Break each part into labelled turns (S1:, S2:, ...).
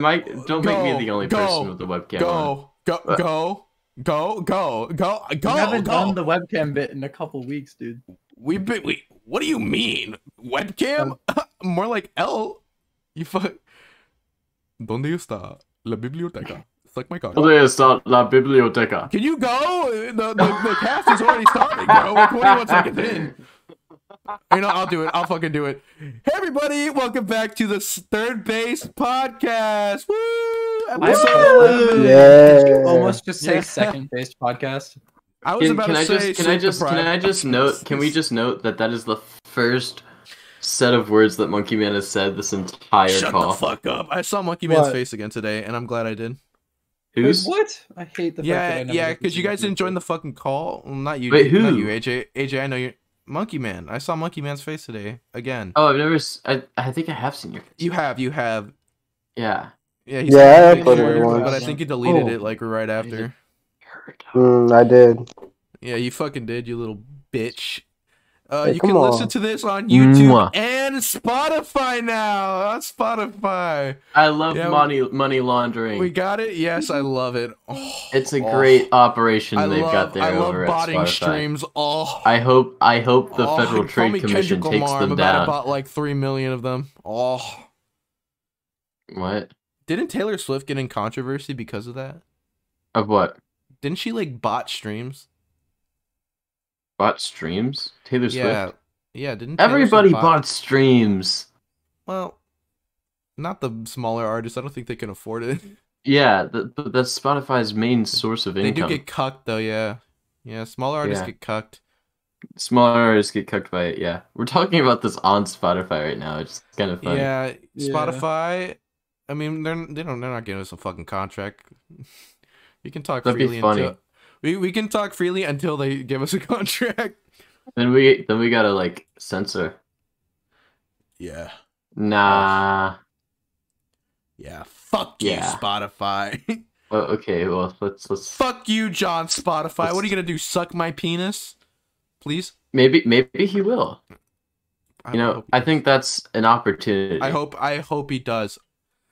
S1: Mike, don't make
S2: Go,
S1: me the only
S2: go,
S1: person with the webcam. on.
S2: Go, go,
S1: Uh,
S2: go, go, go, go,
S3: I
S2: go,
S3: haven't
S2: go.
S3: done the webcam bit in a couple weeks, dude.
S2: we been we. What do you mean webcam?
S3: Um,
S2: More like L. You fuck. Donde está la biblioteca? Suck my cock.
S1: ¿Dónde está la biblioteca?
S2: Can you go? The, the, the cast is already starting, bro. We're 21 seconds in. You know, I'll do it. I'll fucking do it. Hey, everybody. Welcome back to the S- Third Base Podcast. Woo! Episode
S3: Woo!
S2: 11.
S4: Yeah.
S3: Almost just say
S2: Yeah.
S3: second based podcast.
S2: I was
S1: Can,
S2: about
S1: can
S2: to
S1: I
S2: say,
S1: just can I
S2: shit
S1: just
S2: the
S1: can
S2: pride.
S1: I just note can we just note that that is the first set of words that Monkey Man has said this entire
S2: Shut
S1: call?
S2: the fuck up. I saw Monkey Man's
S3: What?
S2: face again today, and I'm glad I did.
S3: Wait,
S1: Who's
S3: what? I hate the fact that
S2: yeah,
S3: I never
S2: yeah,
S3: get to
S2: because you
S3: see
S2: guys
S3: you.
S2: didn't join the fucking call. Well, not you.
S1: Wait,
S2: dude. Not
S1: who?
S2: you, AJ. AJ, I know you're. Monkey Man. I saw Monkey Man's face today again.
S1: Oh, I've never. s- I I think I have seen your.
S2: You have, you have.
S1: Yeah.
S2: Yeah,
S4: Yeah,
S2: sent me
S3: I
S2: a
S3: uploaded
S2: picture,
S3: it once.
S2: but I think he deleted
S3: Oh.
S2: it like right after.
S4: Mm, I did.
S2: Yeah, you fucking did, you little bitch. Uh,
S4: Hey,
S2: you
S4: come
S2: can
S4: on.
S2: listen to this on YouTube
S1: Mwah.
S2: and Spotify now. On Spotify,
S1: I love
S2: Yeah, we-
S1: money money laundering.
S2: we got it. Yes, I love it. Oh,
S1: it's a
S2: oh.
S1: great operation
S2: I
S1: they've
S2: love,
S1: got there
S2: I love
S1: over at
S2: botting
S1: Spotify.
S2: streams. Oh,
S1: I hope I hope the
S2: oh,
S1: Federal
S2: call me
S1: Trade Commission
S2: Kendrick
S1: takes
S2: Lamar. I'm
S1: them
S2: about
S1: down.
S2: to bot like three million of them. Oh,
S1: What
S2: didn't Taylor Swift get in controversy because of that?
S1: of what
S2: Didn't she like bot streams?
S1: bot streams? Taylor
S2: yeah,
S1: Swift.
S2: yeah. Didn't Taylor Swift
S1: Everybody
S2: bot-
S1: bought streams.
S2: Well, not the smaller artists. I don't think they can afford it.
S1: Yeah, th- but that's Spotify's main source of
S2: they
S1: income.
S2: do get cucked though. Yeah, yeah. Smaller artists
S1: Yeah.
S2: get cucked.
S1: Smaller artists get cooked by it. Yeah, we're talking about this on Spotify right now. It's kind of funny.
S2: Yeah,
S3: Yeah.
S2: Spotify. I mean, they're they don't they're not giving us a fucking contract. we can talk
S1: That'd be
S2: freely
S1: funny.
S2: until we we can talk freely until they give us a contract.
S1: Then we then we gotta like censor.
S2: Yeah,
S1: Nah.
S2: yeah. Fuck
S1: Yeah.
S2: you, Spotify.
S1: Oh, okay. Well, let's let's
S2: Fuck you, John Spotify. What are you gonna do? Suck my penis, please?
S1: maybe maybe he will. You know,
S2: hope he
S1: I
S2: does.
S1: think that's an opportunity.
S2: I hope I hope he does.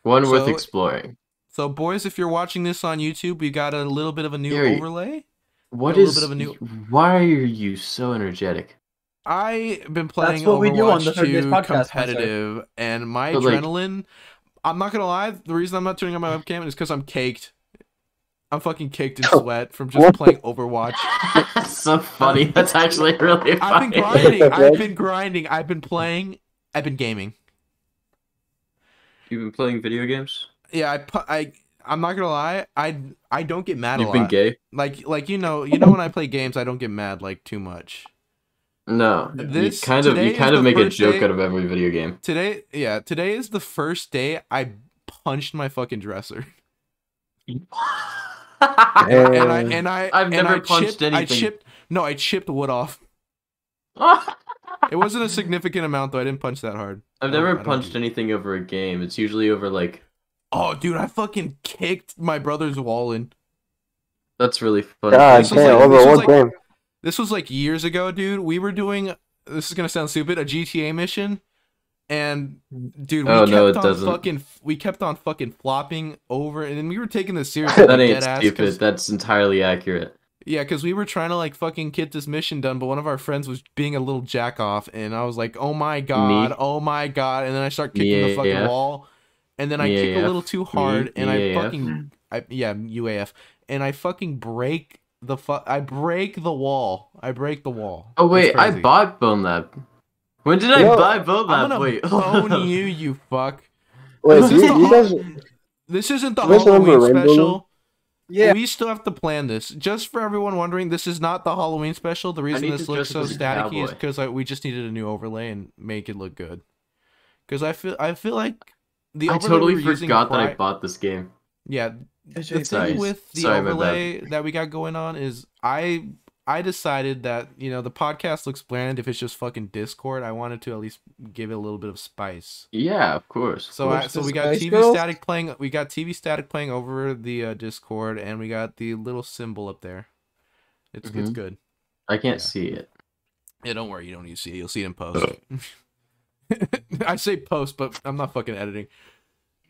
S1: one worth
S2: so.
S1: exploring.
S2: So, boys, if you're watching this on YouTube, we got a little bit of a new
S1: Gary.
S2: overlay.
S1: What
S2: a little
S1: is?
S2: bit of a new-
S1: Why are you so energetic?
S2: I've been playing
S3: That's what we do on the
S2: Overwatch
S3: Third Base
S2: 2
S3: Podcast,
S2: competitive, and my
S1: But, like-
S2: adrenaline. I'm not gonna lie. The reason I'm not turning on my webcam is because I'm caked. I'm fucking caked in sweat from just
S4: What?
S2: playing Overwatch.
S1: that's so funny. That's actually really
S2: I've
S1: funny.
S2: been grinding.
S4: Okay.
S2: I've been grinding. I've been playing. I've been gaming.
S1: You've been playing video games.
S2: Yeah, I pu- I. I'm not gonna lie. I I don't get mad a
S1: You've been
S2: lot.
S1: gay.
S2: Like like you know you know when I play games I don't get mad like too much.
S1: No,
S2: This-
S1: you kind of
S2: today
S1: you
S2: is
S1: kind
S2: the
S1: of make a
S2: first
S1: joke
S2: day-
S1: out of every video game.
S2: Today, yeah, today is the first day I punched my fucking dresser,
S4: Damn.
S2: and I and I
S1: I've
S2: and
S1: never
S2: I
S1: punched
S2: chipped, I
S1: anything.
S2: chipped no, I chipped wood off. It wasn't a significant amount though. I didn't punch that hard.
S1: I've
S2: I
S1: never
S2: don't
S1: punched
S2: do-
S1: anything over a game. It's usually over like
S2: Oh, dude, I fucking kicked my brother's wall in.
S1: that's really funny.
S4: God
S2: This was
S4: damn,
S2: like-
S4: over
S2: this was
S4: what
S2: like-
S4: game?
S2: This was like years ago, dude. We were doing this is gonna sound stupid a GTA mission, and dude, we
S1: Oh,
S2: kept
S1: no, it
S2: on
S1: doesn't.
S2: fucking we kept on fucking flopping over, and then we were taking this seriously.
S1: that
S2: like,
S1: ain't
S2: dead ass, 'cause-
S1: stupid. That's entirely accurate.
S2: Yeah, because we were trying to like fucking get this mission done, but one of our friends was being a little jack off, and I was like, "Oh my god, oh my god!" And then I start kicking the fucking
S1: Yeah.
S2: wall, and then I kick
S1: Yeah.
S2: a little too hard, and I
S1: Yeah.
S2: fucking, I yeah, UAF, and I fucking break the fuck, I break the wall, I break the wall.
S1: Oh
S2: It's
S1: wait, I
S2: crazy.
S1: bought Bone Lab. When did I
S4: Yo,
S1: buy Bone
S2: I'm
S1: Lab?
S2: gonna
S1: wait,
S2: bone you, you fuck.
S4: Wait,
S2: This is
S4: you,
S2: the
S4: you guys,
S2: Hall- this isn't the
S4: you guys remember
S2: Halloween
S4: Rainbow
S2: special.
S4: Road?
S3: Yeah.
S2: We still have to plan this. Just for everyone wondering, this is not the Halloween special. The reason
S1: need
S2: this
S1: to
S2: looks
S1: dress
S2: so
S1: up as a
S2: staticky
S1: cowboy.
S2: is because we just needed a new overlay and make it look good. Because I feel I feel like the
S1: I
S2: overlay we
S1: totally
S2: were using
S1: forgot that I
S2: pri-
S1: bought this game.
S2: Yeah, the
S3: AJ,
S2: thing
S1: Sorry.
S2: with the
S1: Sorry, my bad.
S2: overlay that we got going on is I I decided that you know the podcast looks bland if it's just fucking Discord. I wanted to at least give it a little bit of spice.
S1: Yeah, of course. of
S2: So
S1: course.
S2: I, so
S3: the
S2: we got
S3: Spice
S2: TV
S3: Girls?
S2: static playing. We got TV static playing over the uh, Discord, and we got the little symbol up there. It's it's
S1: Mhm.
S2: good.
S1: I can't
S2: yeah.
S1: see it.
S2: Yeah, don't worry. You don't need to see it. You'll see it in post. I say post, but I'm not fucking editing.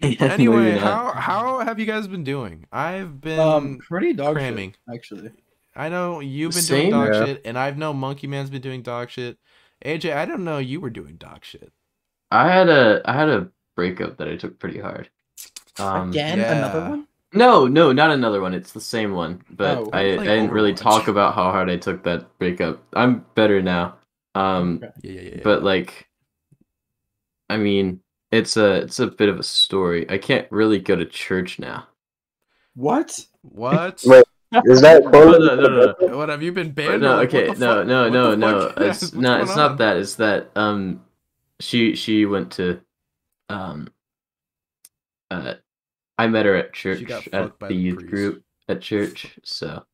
S2: Anyway,
S1: Maybe not.
S2: how how have you guys been doing? I've been.
S3: Um, pretty dog
S2: cramming.
S3: shit, actually.
S2: I know you've been
S1: Same,
S2: doing dog
S4: yeah.
S2: shit, and I've known Monkey Man's been doing dog shit. AJ, I don't know you were doing dog shit.
S1: I had a I had a breakup that I took pretty hard. Um,
S3: Again, another
S2: yeah.
S3: one.
S1: No, no, not another one. It's the same one, but
S3: Oh,
S1: I, I
S2: like
S1: didn't really
S2: Overwatch.
S1: talk about how hard I took that breakup. I'm better now. Um,
S3: Okay.
S2: Yeah, yeah, yeah. yeah.
S1: but like, I mean, it's a it's a bit of a story. I can't really go to church now.
S3: What?
S2: what?
S4: Wait. Is that
S1: No,
S4: quote?
S1: no, no, no.
S2: What have you been banned?
S1: no
S2: or what
S1: okay,
S2: the
S1: no,
S2: fuck-
S1: no,
S2: what
S1: no,
S2: the
S1: no.
S2: fuck?
S1: It's
S2: What's
S1: not.
S2: going
S1: It's
S2: on?
S1: not that. It's that. Um, she she went to, um, uh, I met her at church
S2: She got
S1: at
S2: fucked by
S1: the
S2: the
S1: youth
S2: priest.
S1: group at church. So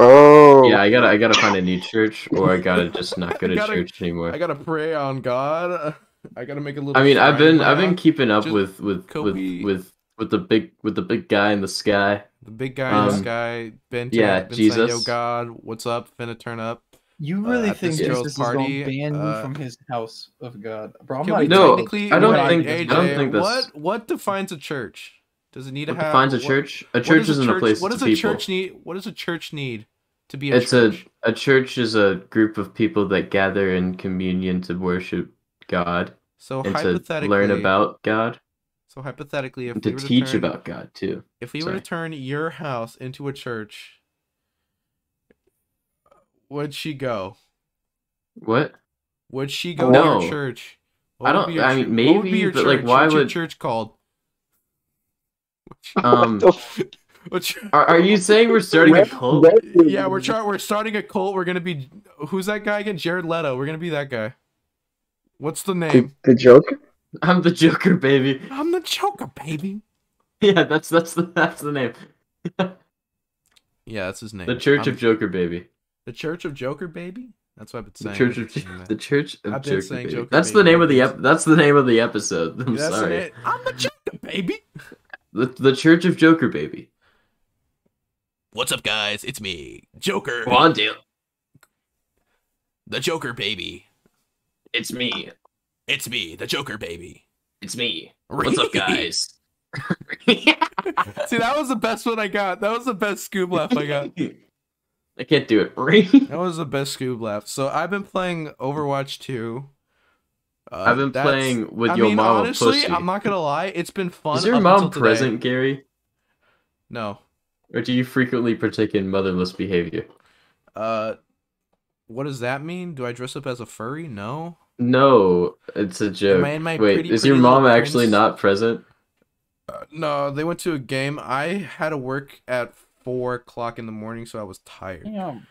S4: Oh.
S1: yeah, I gotta I gotta find a new church, or I gotta just not go
S2: I
S1: to
S2: gotta-
S1: church anymore.
S2: I
S1: I,
S2: gotta pray on God. I gotta make a little.
S1: mean, I've
S2: shrine
S1: been I've been
S2: around
S1: keeping up
S2: Just
S1: with with
S2: Kobe.
S1: with with with the big with the big guy in the sky.
S2: the big guy in the
S1: um,
S2: sky. Ben,
S1: yeah,
S2: been saying, Yo,
S1: Jesus.
S2: God, what's up? Finna turn up.
S3: You
S2: Uh,
S3: really
S2: at
S3: think
S1: this
S2: girl's
S3: Jesus is
S2: party,
S3: gonna ban
S2: uh,
S3: you from his house of God, bro? I'm
S2: Can
S3: not
S2: we
S3: even-
S1: No,
S2: technically-
S1: I don't
S2: Right,
S1: think- I
S2: AJ,
S1: don't think this-
S2: What what defines a church? Does it need to
S1: What
S2: have?
S1: defines a
S2: what-
S1: church? A
S2: what
S1: church
S2: does
S1: isn't a place.
S2: What
S1: it's
S2: does a
S1: people.
S2: church need? What does a church need to be a
S1: It's a
S2: church?
S1: a church is a group of people that gather in communion to worship God
S2: so
S1: and to
S2: hypothetically,
S1: learn about God,
S2: So hypothetically, if
S1: to
S2: we were
S1: teach
S2: turn,
S1: about God too.
S2: if we were
S1: Sorry.
S2: to turn your house into a church, would she go?
S1: What?
S2: Would she go to
S1: No.
S2: your church?
S1: I
S2: would
S1: don't-
S2: be your
S1: I mean,
S2: chur- what would be
S1: maybe,
S2: your
S1: but, like,
S2: church?
S1: why
S2: What's your
S1: would-
S2: church called?
S1: Um,
S4: What the f-
S2: What's your-
S1: are, are you saying we're starting a
S4: Where-
S1: cult?
S4: where is-
S2: Yeah, we're trying. We're starting a cult. We're gonna be. Who's that guy again? Jared Leto. We're gonna be that guy. What's the
S4: The,
S2: name?
S4: the joke?
S1: I'm the Joker, baby.
S2: I'm the Joker, baby.
S1: Yeah, that's that's the that's the name.
S2: Yeah, that's his name.
S1: The Church
S2: I'm-
S1: of Joker, baby.
S2: the Church of Joker, baby. That's what I've been
S1: The
S2: saying.
S1: Church
S2: I've
S1: of
S2: been saying that.
S1: the Church of
S2: I've been
S1: Joker,
S2: saying
S1: baby.
S2: Joker
S1: That's the
S2: Baby
S1: name of the
S2: ever
S1: ep- That's the name of the episode. I'm
S2: That's the
S1: sorry.
S2: name- I'm the Joker, baby.
S1: The the Church of Joker, baby.
S2: What's up, guys? It's me, Joker,
S1: Come on, Dale.
S2: the Joker, baby.
S1: It's me.
S2: It's me, the Joker, baby.
S1: It's me. What's up, guys?
S2: See, that was the best one I got. That was the best Scoob laugh I got.
S1: I can't do it.
S2: That was the best Scoob laugh. So I've been playing Overwatch 2. Uh,
S1: I've been
S2: that's-
S1: playing with
S2: I
S1: your
S2: mean,
S1: mama
S2: honestly,
S1: pussy.
S2: I'm not gonna lie, it's been fun.
S1: Is your
S2: up
S1: mom
S2: until today.
S1: present, Gary?
S2: No.
S1: Or do you frequently partake in motherless behavior?
S2: Uh, what does that mean? Do I dress up as a furry? No.
S1: No, it's a joke.
S2: I in my
S1: Wait,
S2: pretty,
S1: is your
S2: pretty little
S1: mom actually
S2: prince?
S1: not present?
S2: Uh, no, they went to a game. I had to work at four o'clock in the morning, so I was tired.
S3: Damn.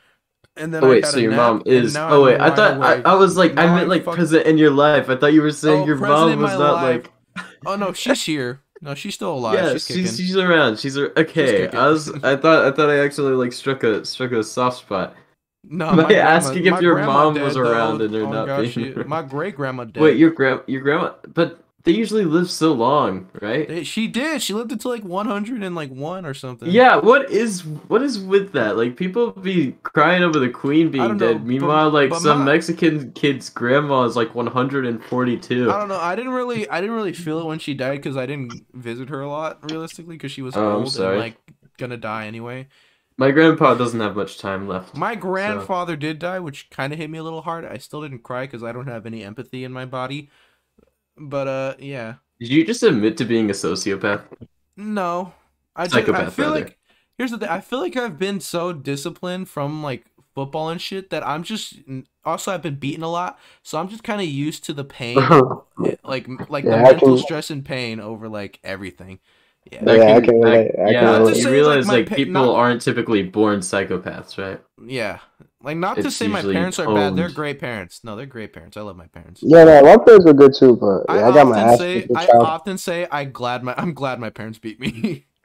S2: And then
S1: Oh
S2: I
S1: wait,
S2: got
S1: so
S2: a
S1: your
S2: nap,
S1: mom
S2: and
S1: is.
S2: now
S1: Oh
S2: I'm
S1: wait, I
S2: wide
S1: thought I,
S2: awake.
S1: I was like I
S2: Now
S1: meant
S2: I'm
S1: like
S2: fuck-
S1: present in your life. I thought you were saying
S2: Oh,
S1: your
S2: present
S1: mom
S2: in
S1: was
S2: my
S1: not
S2: life.
S1: like.
S2: Oh no, she's here. No, she's still alive.
S1: yeah,
S2: she's
S1: she's
S2: kicking.
S1: she's, around. She's a, okay.
S2: kicking.
S1: I was I thought I thought I actually like struck a struck a soft spot.
S2: No,
S1: By
S2: my grandma-
S1: asking if
S2: my
S1: your
S2: grandma
S1: mom was
S2: dead, though.
S1: around and her
S2: Oh,
S1: not being
S2: gosh, she-
S1: around.
S2: my great grandma dead.
S1: Wait, your grand your grandma, but they usually live so long, right?
S2: They- she did. She lived until like one hundred and like one or something.
S1: Yeah, what is what is with that? Like people be crying over the queen being
S2: don't know,
S1: dead.
S2: but-
S1: Meanwhile, like
S2: but
S1: some
S2: my-
S1: Mexican kid's grandma is like
S2: I
S1: 142.
S2: don't know. I didn't really, I didn't really feel it when she died because I didn't visit her a lot realistically because she was
S1: Oh, I'm
S2: old
S1: sorry.
S2: and like gonna die anyway.
S1: My grandpa doesn't have much time left.
S2: My grandfather did die, which kind of hit me a little hard. I still didn't cry because I don't have any empathy in my body. But uh, yeah,
S1: Did you just admit to being a sociopath?
S2: no, I just, I
S1: Psychopath,
S2: feel
S1: rather.
S2: like here's the thing. I feel like I've been so disciplined from like football and shit that I'm just also I've been beaten a lot, so I'm just kind of used to the pain, like like
S4: Yeah,
S2: the
S4: I
S2: mental
S4: can-
S2: stress and pain over like everything. Yeah.
S4: Yeah, I can relate, I can
S1: yeah,
S2: relate. Not to say,
S1: you
S2: like,
S1: realize
S2: my
S1: like,
S2: pa-
S1: people
S2: not-
S1: aren't typically born psychopaths, right?
S2: Yeah. Like not to
S1: It's
S2: say my
S1: usually
S2: parents are bad. They're
S1: owned.
S2: great parents. No, they're great parents. I love my parents.
S4: Yeah, no, my parents were good too, but
S2: I,
S4: yeah, I, got my
S2: often
S4: ass
S2: say
S4: kicked
S2: I
S4: as a child.
S2: often say I glad my I'm glad my parents beat me.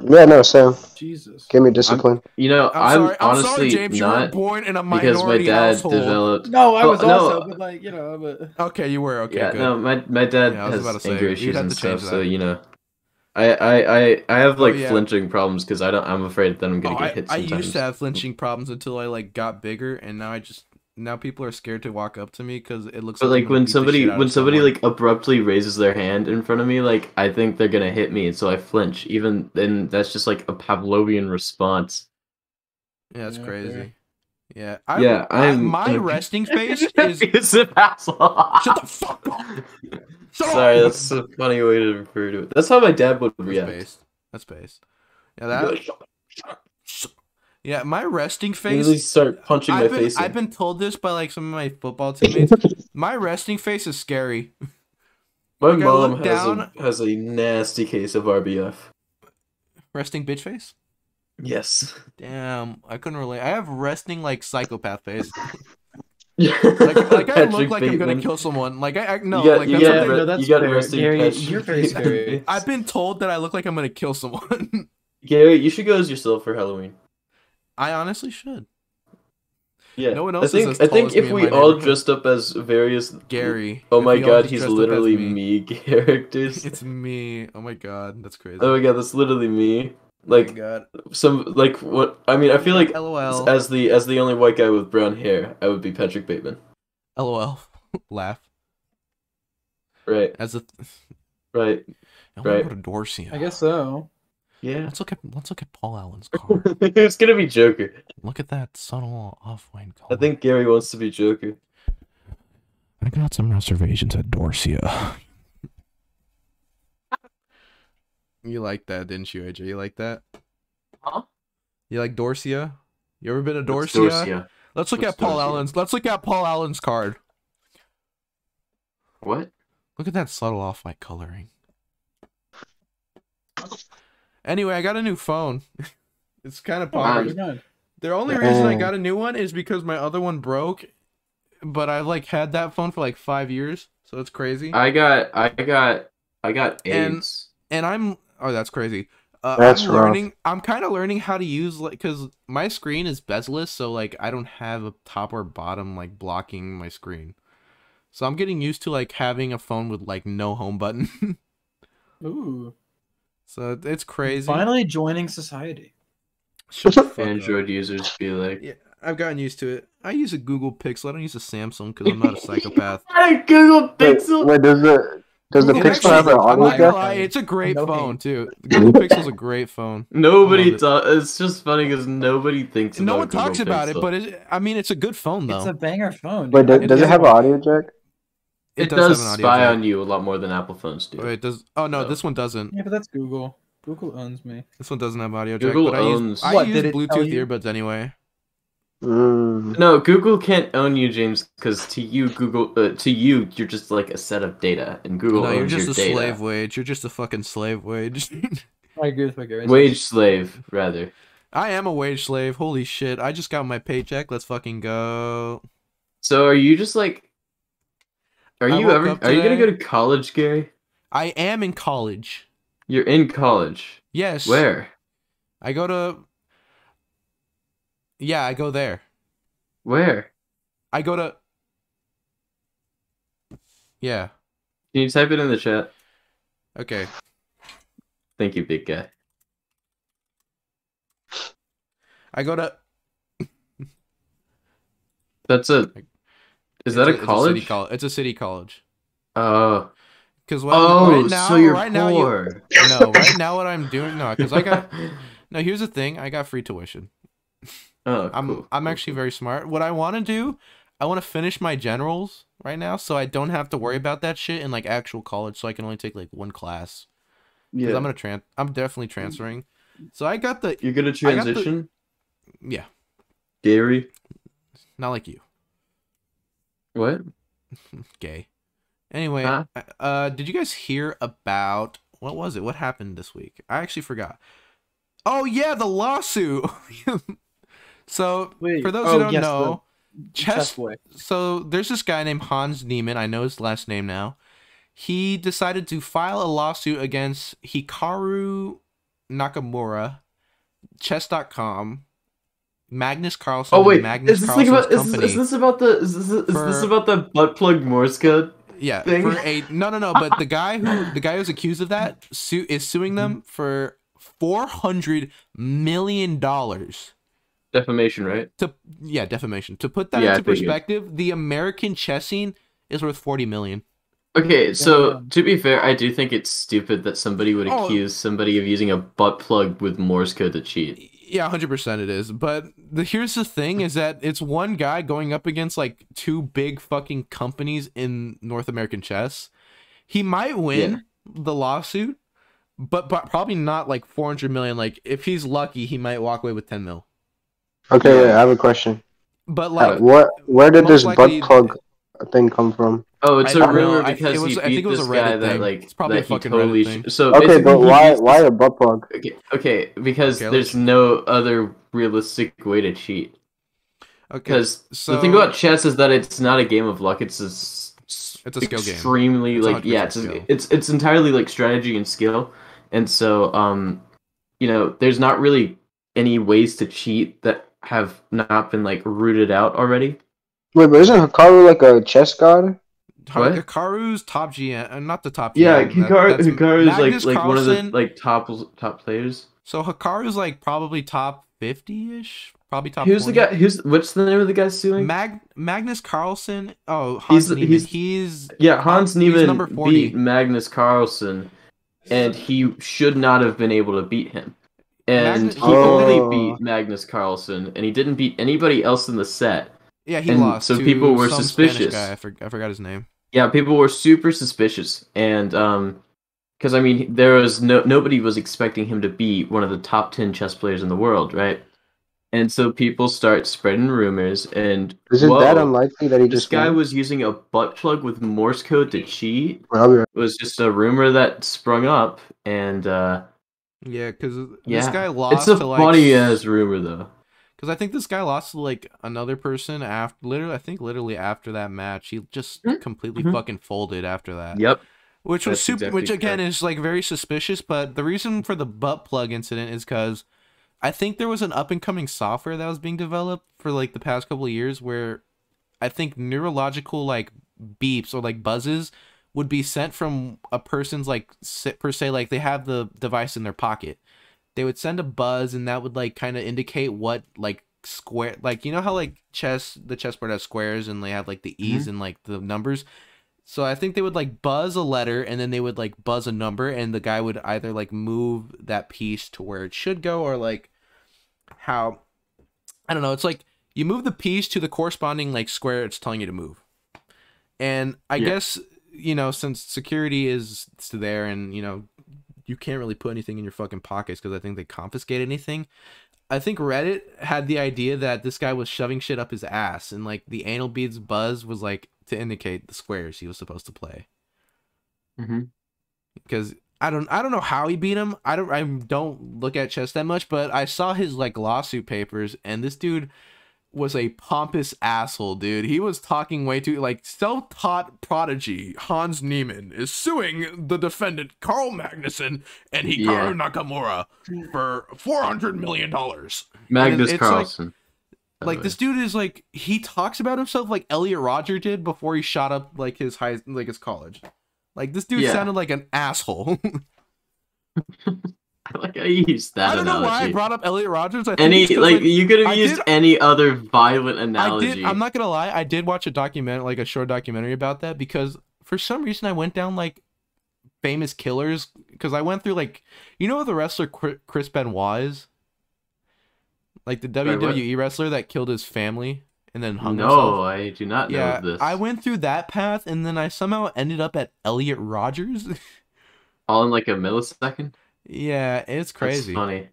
S4: Yeah, no, Sam,
S3: Jesus.
S4: give me discipline.
S1: You know,
S2: I'm,
S1: I'm,
S2: sorry. I'm
S1: honestly
S2: sorry, James. You were
S1: not
S2: born in a
S1: because my
S2: minority
S1: dad
S2: household.
S1: developed.
S3: No, I
S1: Oh,
S3: was
S1: no,
S3: also,
S1: uh,
S3: but like you know, but
S2: Okay, you were okay.
S1: yeah,
S2: good.
S1: no, my my dad
S2: Yeah, I was about to
S1: has
S2: say,
S1: anger
S2: you'd
S1: issues
S2: have
S1: and
S2: to change
S1: stuff, so
S2: that. Oh,
S1: you know, I I I, I have like
S2: yeah.
S1: flinching problems because I don't. I'm afraid that I'm
S2: Oh,
S1: gonna get
S2: I,
S1: hit
S2: I
S1: sometimes.
S2: used to have flinching problems until I like got bigger, and now I just now people are scared to walk up to me because it looks.
S1: But
S2: I'm
S1: like
S2: gonna
S1: when
S2: beat the
S1: somebody
S2: shit out
S1: when
S2: of
S1: somebody
S2: someone.
S1: like abruptly raises their hand in front of me, like I think they're gonna hit me, and so I flinch. Even then, that's just like a Pavlovian response.
S2: yeah, it's
S3: Yeah,
S2: crazy.
S3: fair.
S2: Yeah, I,
S1: Yeah,
S2: I-
S1: I'm-
S2: my
S1: I'm-
S2: resting face is
S1: It's an asshole.
S2: shut the fuck up. Shut
S1: Sorry,
S2: up.
S1: that's a funny way to refer to it. That's how my dad would
S2: That's
S1: react.
S2: based. That's based. Yeah, that. Yeah, my resting
S1: You
S2: face.
S1: usually start punching my
S2: I've been,
S1: face.
S2: I've
S1: in.
S2: been told this by like some of my football teammates. my resting face is scary.
S1: My
S2: like, I
S1: mom
S2: look
S1: has
S2: down-
S1: a has a nasty case of RBF.
S2: Resting bitch face.
S1: Yes.
S2: Damn, I couldn't relate. I have resting like psychopath face.
S1: like,
S2: Like, like I look like I'm gonna kill someone. Like I, I no,
S1: you got,
S2: like
S1: you
S2: that's
S1: got,
S2: something-
S1: re-
S3: No, that's
S1: you got
S3: fair.
S1: arrested.
S3: Gary,
S1: Patrick
S3: you're very scary.
S2: I've been told that I look like I'm gonna kill someone.
S1: Gary, you should go as yourself for Halloween.
S2: I honestly should.
S1: Yeah.
S2: No one
S1: I
S2: else is
S1: think
S2: as
S1: I
S2: tall
S1: think
S2: as me
S1: if
S2: in
S1: we
S2: my
S1: all
S2: neighborhood.
S1: dressed up as various
S2: Gary.
S1: Oh
S2: if
S1: my
S2: we all
S1: god,
S2: just
S1: he's
S2: dressed up as
S1: literally
S2: me.
S1: me characters.
S2: It's me. Oh my god, that's crazy.
S1: Oh my god, that's literally me.
S3: Oh my
S1: Like
S3: God.
S1: some like what I mean, I feel like
S2: LOL.
S1: as the as the only white guy with brown hair, I would be Patrick Bateman.
S2: LOL. Laugh.
S1: Right.
S2: As a
S1: Right.
S2: I want to
S1: Right.
S2: go to Dorsey.
S3: I guess so.
S1: Yeah.
S2: Let's look at let's look at Paul Allen's car.
S1: it's gonna be Joker.
S2: look at that subtle off white color.
S1: I think Gary wants to be Joker.
S2: I got some reservations at Dorsia. you like that, didn't you, AJ? You like that?
S1: Huh?
S2: You like Dorsia? You ever been to
S1: What's
S2: Dorsia?
S1: Dorsia?
S2: Let's look
S1: What's
S2: at Paul
S1: Dorsia?
S2: Allen's. Let's look at Paul Allen's card.
S1: What?
S2: Look at that subtle off-white coloring. Anyway, I got a new phone. it's kind of
S1: Um,
S2: popping.
S3: You're not-
S2: The only reason I
S4: Oh.
S2: got a new one is because my other one broke, but I've like had that phone for like five years, so it's crazy.
S1: I got I got I got
S2: And-
S1: AIDS.
S2: and I'm oh that's crazy. Uh,
S4: That's
S2: I'm
S4: rough.
S2: learning. I'm kind of learning how to use like because my screen is bezel-less, so like I don't have a top or bottom like blocking my screen. So I'm getting used to like having a phone with like no home button.
S3: Ooh.
S2: so it- it's crazy.
S3: Finally joining society.
S2: Shut the fuck up.
S1: Android users be like
S2: Yeah, I've gotten used to it. I use a Google Pixel. I don't use a Samsung because I'm not a psychopath.
S1: I Google
S4: Wait,
S1: Pixel
S4: wait, does the does the
S2: Google
S4: Pixel have an
S2: Pixel- I'm not
S4: audio
S3: like,
S4: jack?
S2: gonna lie, it's a great
S3: No
S2: phone
S3: hate.
S2: too. Google Pixel's a great phone. I
S1: Nobody
S2: love it.
S1: thought it's just funny because nobody thinks
S2: no
S1: about
S2: one talks
S1: Google
S2: about it,
S1: Pixel.
S2: but it, I mean, it's a good phone though.
S3: It's a banger phone.
S4: Wait,
S3: dude.
S4: does, does it have an audio jack?
S1: it,
S2: have
S1: does,
S2: an audio
S1: spy
S2: jack.
S1: on you a lot more than Apple phones do.
S2: Oh, it does. Oh no,
S1: So-
S2: this one doesn't.
S3: Yeah, but that's Google. Google owns me.
S2: This one doesn't have audio
S1: Google
S2: jack. But
S1: owns-
S2: I use,
S3: What,
S2: I
S3: did
S2: use
S3: it tell
S2: Bluetooth
S3: you?
S2: earbuds anyway.
S4: Mm.
S1: No, Google can't own you, James, because to you, Google, uh, to you, you're just like a set of data, and Google
S2: no,
S1: owns
S2: you're just
S1: your
S2: a
S1: data.
S2: slave wage. You're just a fucking slave wage.
S3: I agree with what Gary said.
S1: Wage slave, rather.
S2: I am a wage slave. Holy shit! I just got my paycheck. Let's fucking go.
S1: So, are you just like, are
S2: I
S1: you
S2: woke
S1: ever,
S2: up
S1: are you gonna
S2: today-
S1: go to college, Gary?
S2: I am in college.
S1: You're in college.
S2: Yes.
S1: Where?
S2: I go to. Yeah, I go there.
S1: Where?
S2: I go to. Yeah.
S1: Can you type it in the chat?
S2: Okay.
S1: Thank you, big guy.
S2: I go to.
S1: That's a. Is
S2: it's
S1: that a,
S2: It's a
S1: college?
S2: city, col- it's a city college.
S1: Oh.
S2: Because
S1: oh,
S2: right now,
S1: so you're
S2: right now you,
S1: poor.
S2: no, right now what I'm doing no, because I got no. Here's the thing: I got free tuition.
S1: oh,
S2: I'm
S1: cool,
S2: I'm
S1: cool,
S2: actually
S1: cool.
S2: very smart. What I want to do, I want to finish my generals right now, so I don't have to worry about that shit in like actual college. So I can only take like one class.
S1: Yeah. Mm.
S2: 'Cause I'm gonna trans. I'm definitely transferring. So I got the
S1: You're gonna
S2: I got the-
S1: transition,
S2: yeah,
S1: Gary.
S2: not like you,
S1: What?
S2: gay. Anyway,
S1: Huh?
S2: uh, uh, did you guys hear about what was it? What happened this week? I actually forgot. Oh yeah, the lawsuit. so
S3: Wait,
S2: for those
S3: oh,
S2: who don't
S3: yes, the
S2: know,
S3: chess,
S2: chess.
S3: boy.
S2: So there's this guy named Hans Niemann. I know his last name now. He decided to file a lawsuit against Hikaru Nakamura, Chess.com, Magnus Carlsen.
S1: Oh
S2: and
S1: wait,
S2: Magnus
S1: is this like
S2: Carlsen's
S1: about is this,
S2: company.
S1: is this about the is this, is this
S2: For-
S1: about the butt plug Morse code?
S2: yeah,
S1: thing?
S2: for a no, no, no. But the guy who the guy who's accused of that
S1: Mm-hmm.
S2: su- is suing them for four hundred million dollars.
S1: defamation, right?
S2: to yeah defamation to put that
S1: Yeah, I
S2: into
S1: figured.
S2: perspective the american chess scene is worth 40 million
S1: Okay, so
S3: Damn.
S1: to be fair, I do think it's stupid that somebody would
S2: Oh.
S1: accuse somebody of using a butt plug with Morse code to cheat.
S2: yeah 100% it is but the, here's the thing is that it's one guy going up against like two big fucking companies in north american chess he might win
S1: Yeah.
S2: the lawsuit but, but probably not like 400 million like if he's lucky he might walk away with 10 mil
S4: Okay, wait, I have a question.
S2: but
S4: Uh,
S2: like
S4: what? Where did
S2: most
S4: this
S2: likely-
S4: butt plug thing come from?
S1: Oh, it's
S2: I
S1: a
S2: don't know.
S1: rumor
S2: I- it
S1: because
S2: was-
S1: he
S2: I think
S1: beat
S2: it was a
S1: this guy
S2: Reddit
S1: that
S2: thing.
S1: like
S2: It's probably a
S1: that he
S2: fucking
S1: totally.
S2: Reddit thing.
S1: Sh- so
S4: Okay,
S1: basically
S4: but
S1: he
S4: why?
S1: used
S4: Why a butt plug?
S1: Okay, okay, because
S2: Okay,
S1: there's
S2: let's-
S1: no other realistic way to cheat.
S2: okay
S1: Because
S2: so
S1: the thing about chess is that it's not a game of luck; it's a s- s-
S2: It's a skill game.
S1: Extremely
S2: It's
S1: like yeah,
S2: 100%
S1: it's,
S2: skill.
S1: it's it's entirely like strategy and skill, and so um, you know, there's not really any ways to cheat that have not been like rooted out already.
S4: Wait, but isn't Hikaru like a chess god?
S2: Har-
S1: What?
S2: Hikaru's top GM, uh, not the top.
S1: Yeah,
S2: GM, that-
S1: Hikaru
S2: that's-
S1: Hikaru is
S2: Magnus
S1: like like one of the
S2: Carlsen.
S1: like top top players.
S2: So Hikaru's like probably top fifty ish, probably top.
S1: who's
S2: 40.
S1: the guy? Who's what's the name of the guy suing?
S2: Mag- Magnus Carlsen. Oh, Hans
S1: He's-
S2: Niemann.
S1: he's-
S2: he's
S1: yeah, Hans
S2: he's
S1: Niemann
S2: number 40.
S1: beat Magnus Carlsen, and he should not have been able to beat him. And
S2: Magnus-
S1: he
S4: Oh.
S1: only beat Magnus Carlsen, and he didn't beat anybody else in the set.
S2: yeah he
S1: and
S2: lost.
S1: so
S2: to
S1: people were
S2: some Spanish
S1: suspicious.
S2: Guy. I, for- I forgot his name.
S1: Yeah, people were super suspicious, and um, because I mean, there was no nobody was expecting him to be one of the top ten chess players in the world, right? And so people start spreading rumors, and
S4: Isn't that
S1: whoa,
S4: unlikely that he
S1: This
S4: just?
S1: guy
S4: won?
S1: was using a butt plug with Morse code to cheat.
S4: Well, I'll be right-
S1: It was just a rumor that sprung up, and uh,
S2: Yeah, because this
S1: Yeah.
S2: guy
S1: it's
S2: lost.
S1: a
S2: to, like,
S1: funny uh, ass rumor though.
S2: Because I think this guy lost to like another person after literally. I think literally after that match, he just
S1: Mhm.
S2: completely
S1: Mhm.
S2: fucking folded after that.
S1: Yep.
S2: which was
S1: That's
S2: super
S1: exactly
S2: which again
S1: correct.
S2: is like very suspicious but the reason for the butt plug incident is because i think there was an up and coming software that was being developed for like the past couple of years where i think neurological like beeps or like buzzes would be sent from a person's like se- per se like they have the device in their pocket they would send a buzz and that would like kind of indicate what like square like you know how like chess the chessboard has squares and they have like the
S1: Mm-hmm.
S2: e's and like the numbers so I think they would like buzz a letter and then they would like buzz a number and the guy would either like move that piece to where it should go or like how I don't know, it's like you move the piece to the corresponding like square it's telling you to move. And I
S1: Yeah.
S2: guess you know since security is it's there and you know you can't really put anything in your fucking pockets cuz I think they confiscate anything. I think Reddit had the idea that this guy was shoving shit up his ass, and like the anal beads buzz was like to indicate the squares he was supposed to play.
S1: Mm-hmm.
S2: Because I don't, I don't know how he beat him. I don't, I don't look at chess that much, but I saw his like lawsuit papers, and this dude was a pompous asshole, dude. He was talking way too like self-taught prodigy Hans Niemann is suing the defendant Carl Magnuson and Hikaru
S1: Yeah.
S2: Nakamura for four hundred million dollars.
S1: Magnus
S2: it's like-
S1: Carlsen. by the
S2: like
S1: way.
S2: this dude is like he talks about himself like Elliot Roger did before he shot up like his high like his college. Like this dude
S1: Yeah.
S2: sounded like an asshole.
S1: I like I used that.
S2: I don't know why I
S1: analogy.
S2: brought up Elliot Rogers. I think
S1: any
S2: it's 'cause,
S1: like, you could
S2: I
S1: have used
S2: did-
S1: any other violent
S2: I
S1: analogy.
S2: did. I'm not gonna lie. I did watch a document like a short documentary about that because for some reason I went down like famous killers because I went through like you know who the wrestler Cri- Chris Benoit is like the
S1: what?
S2: WWE wrestler that killed his family and then hung himself.
S1: no, I do not know
S2: yeah,
S1: of this.
S2: I went through that path and then I somehow ended up at Elliot Rogers.
S1: all in like a millisecond.
S2: yeah, it's crazy.
S1: That's funny.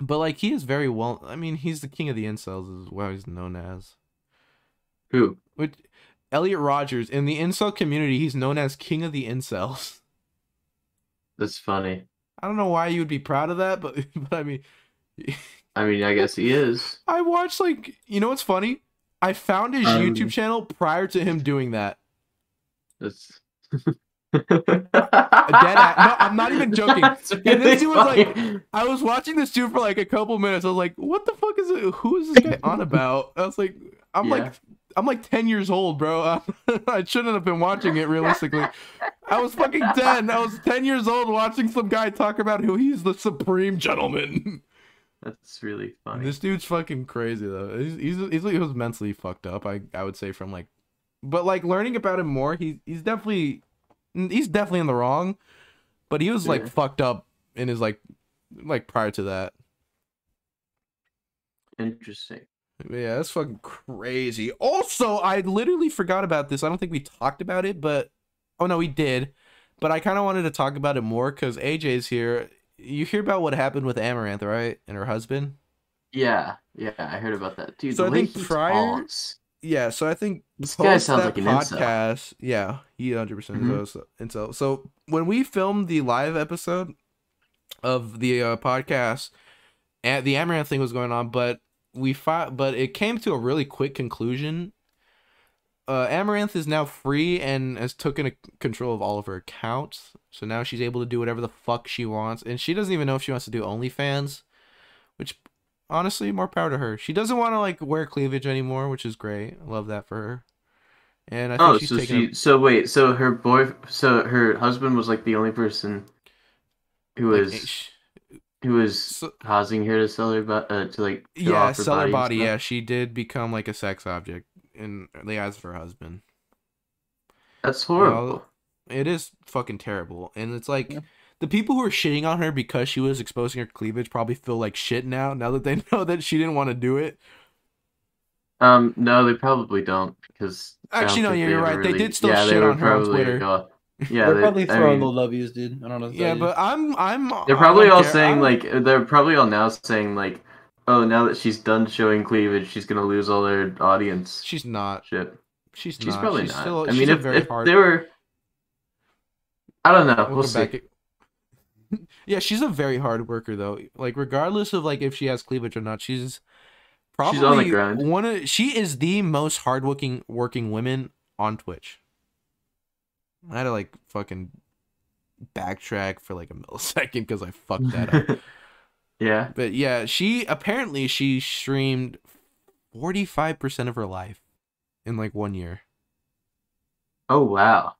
S2: But like he is very well I mean, he's the king of the incels is what he's known as.
S1: Who?
S2: Which Elliot Rogers in the incel community, he's known as king of the incels.
S1: That's funny.
S2: I don't know why you would be proud of that, but but I mean,
S1: I mean, I guess he is.
S2: I watched like you know what's funny? I found his
S4: Um.
S2: YouTube channel prior to him doing that.
S1: That's.
S2: no, I'm not even joking.
S1: That's
S2: And this dude was like-
S1: funny.
S2: I was watching this dude for like a couple minutes. I was like, "What the fuck is it? Who is this guy on about?" I was like, "I'm
S1: Yeah.
S2: like, I'm like ten years old, bro. I shouldn't have been watching it realistically. I was fucking ten. I was ten years old watching some guy talk about who he's the supreme gentleman."
S1: That's really funny.
S2: This dude's fucking crazy though. He's, he's he's like he was mentally fucked up. I I would say from like, but like learning about him more, he's he's definitely he's definitely in the wrong, but he was like
S1: Yeah.
S2: fucked up in his like like prior to that.
S1: Interesting.
S2: Yeah, that's fucking crazy. Also, I literally forgot about this. I don't think we talked about it, but oh no, we did. But I kind of wanted to talk about it more because AJ's here. You hear about what happened with Amaranth, right? And her husband.
S1: Yeah, yeah, I heard about that dude.
S2: So
S1: the
S2: I
S1: way
S2: think
S1: he
S2: prior-
S1: talks,
S2: Yeah, so I think
S1: this guy
S2: post
S1: sounds
S2: that
S1: like an incel.
S2: podcast. Yeah, he 100 percent
S1: Mhm.
S2: is an incel. So when we filmed the live episode of the uh, podcast, and the Amaranth thing was going on, but we fought, but it came to a really quick conclusion. Uh, Amaranth is now free and has taken a control of all of her accounts, so now she's able to do whatever the fuck she wants, and she doesn't even know if she wants to do OnlyFans, which honestly, more power to her. She doesn't want to like wear cleavage anymore, which is great. I love that for her. And I think
S1: Oh,
S2: she's
S1: so
S2: taking.
S1: she,
S2: a-
S1: so wait, so her boy, so her husband was like the only person who
S2: like,
S1: was
S2: sh-
S1: who was
S2: so-
S1: causing her to sell her, bo- uh, to like show
S2: yeah,
S1: off her
S2: sell her
S1: and
S2: body.
S1: stuff?
S2: Yeah, she did become like a sex object in the eyes of her husband.
S1: That's horrible.
S2: It is fucking terrible, and it's like
S3: Yeah.
S2: the people who are shitting on her because she was exposing her cleavage probably feel like shit now. Now that they know that she didn't want to do it.
S1: Um, no, they probably don't because I don't
S2: Actually, no,
S1: think
S2: you're
S1: they ever
S2: right. They
S1: really-
S2: did still
S1: yeah, they
S2: shit
S1: were
S2: on her on
S1: probably
S2: Twitter.
S1: go- Yeah,
S3: They're
S1: they,
S3: probably
S1: I
S3: throwing
S1: mean,
S3: little lovies, dude. I don't know. If
S2: Yeah, but I'm, I'm.
S1: They're
S2: I
S1: probably
S2: don't
S1: all
S2: care.
S1: saying
S2: I'm-
S1: like they're probably all now saying like, oh, now that she's done showing cleavage, she's gonna lose all her audience.
S2: she's not.
S1: Shit,
S2: She's,
S1: she's
S2: not.
S1: probably
S2: she's
S1: not.
S2: Still,
S1: I
S2: she's
S1: mean,
S2: a
S1: if,
S2: very
S1: if
S2: hard.
S1: they were, I don't know. We'll
S2: Welcome
S1: see.
S2: back. yeah, she's a very hard worker though. Like regardless of like if she has cleavage or not, she's probably
S1: on the grind.
S2: one of she is the most hardworking working women on Twitch. I had to like fucking backtrack for like a millisecond because I fucked that up.
S1: yeah,
S2: But yeah, she apparently she streamed forty five percent of her life in like one year.
S1: Oh wow.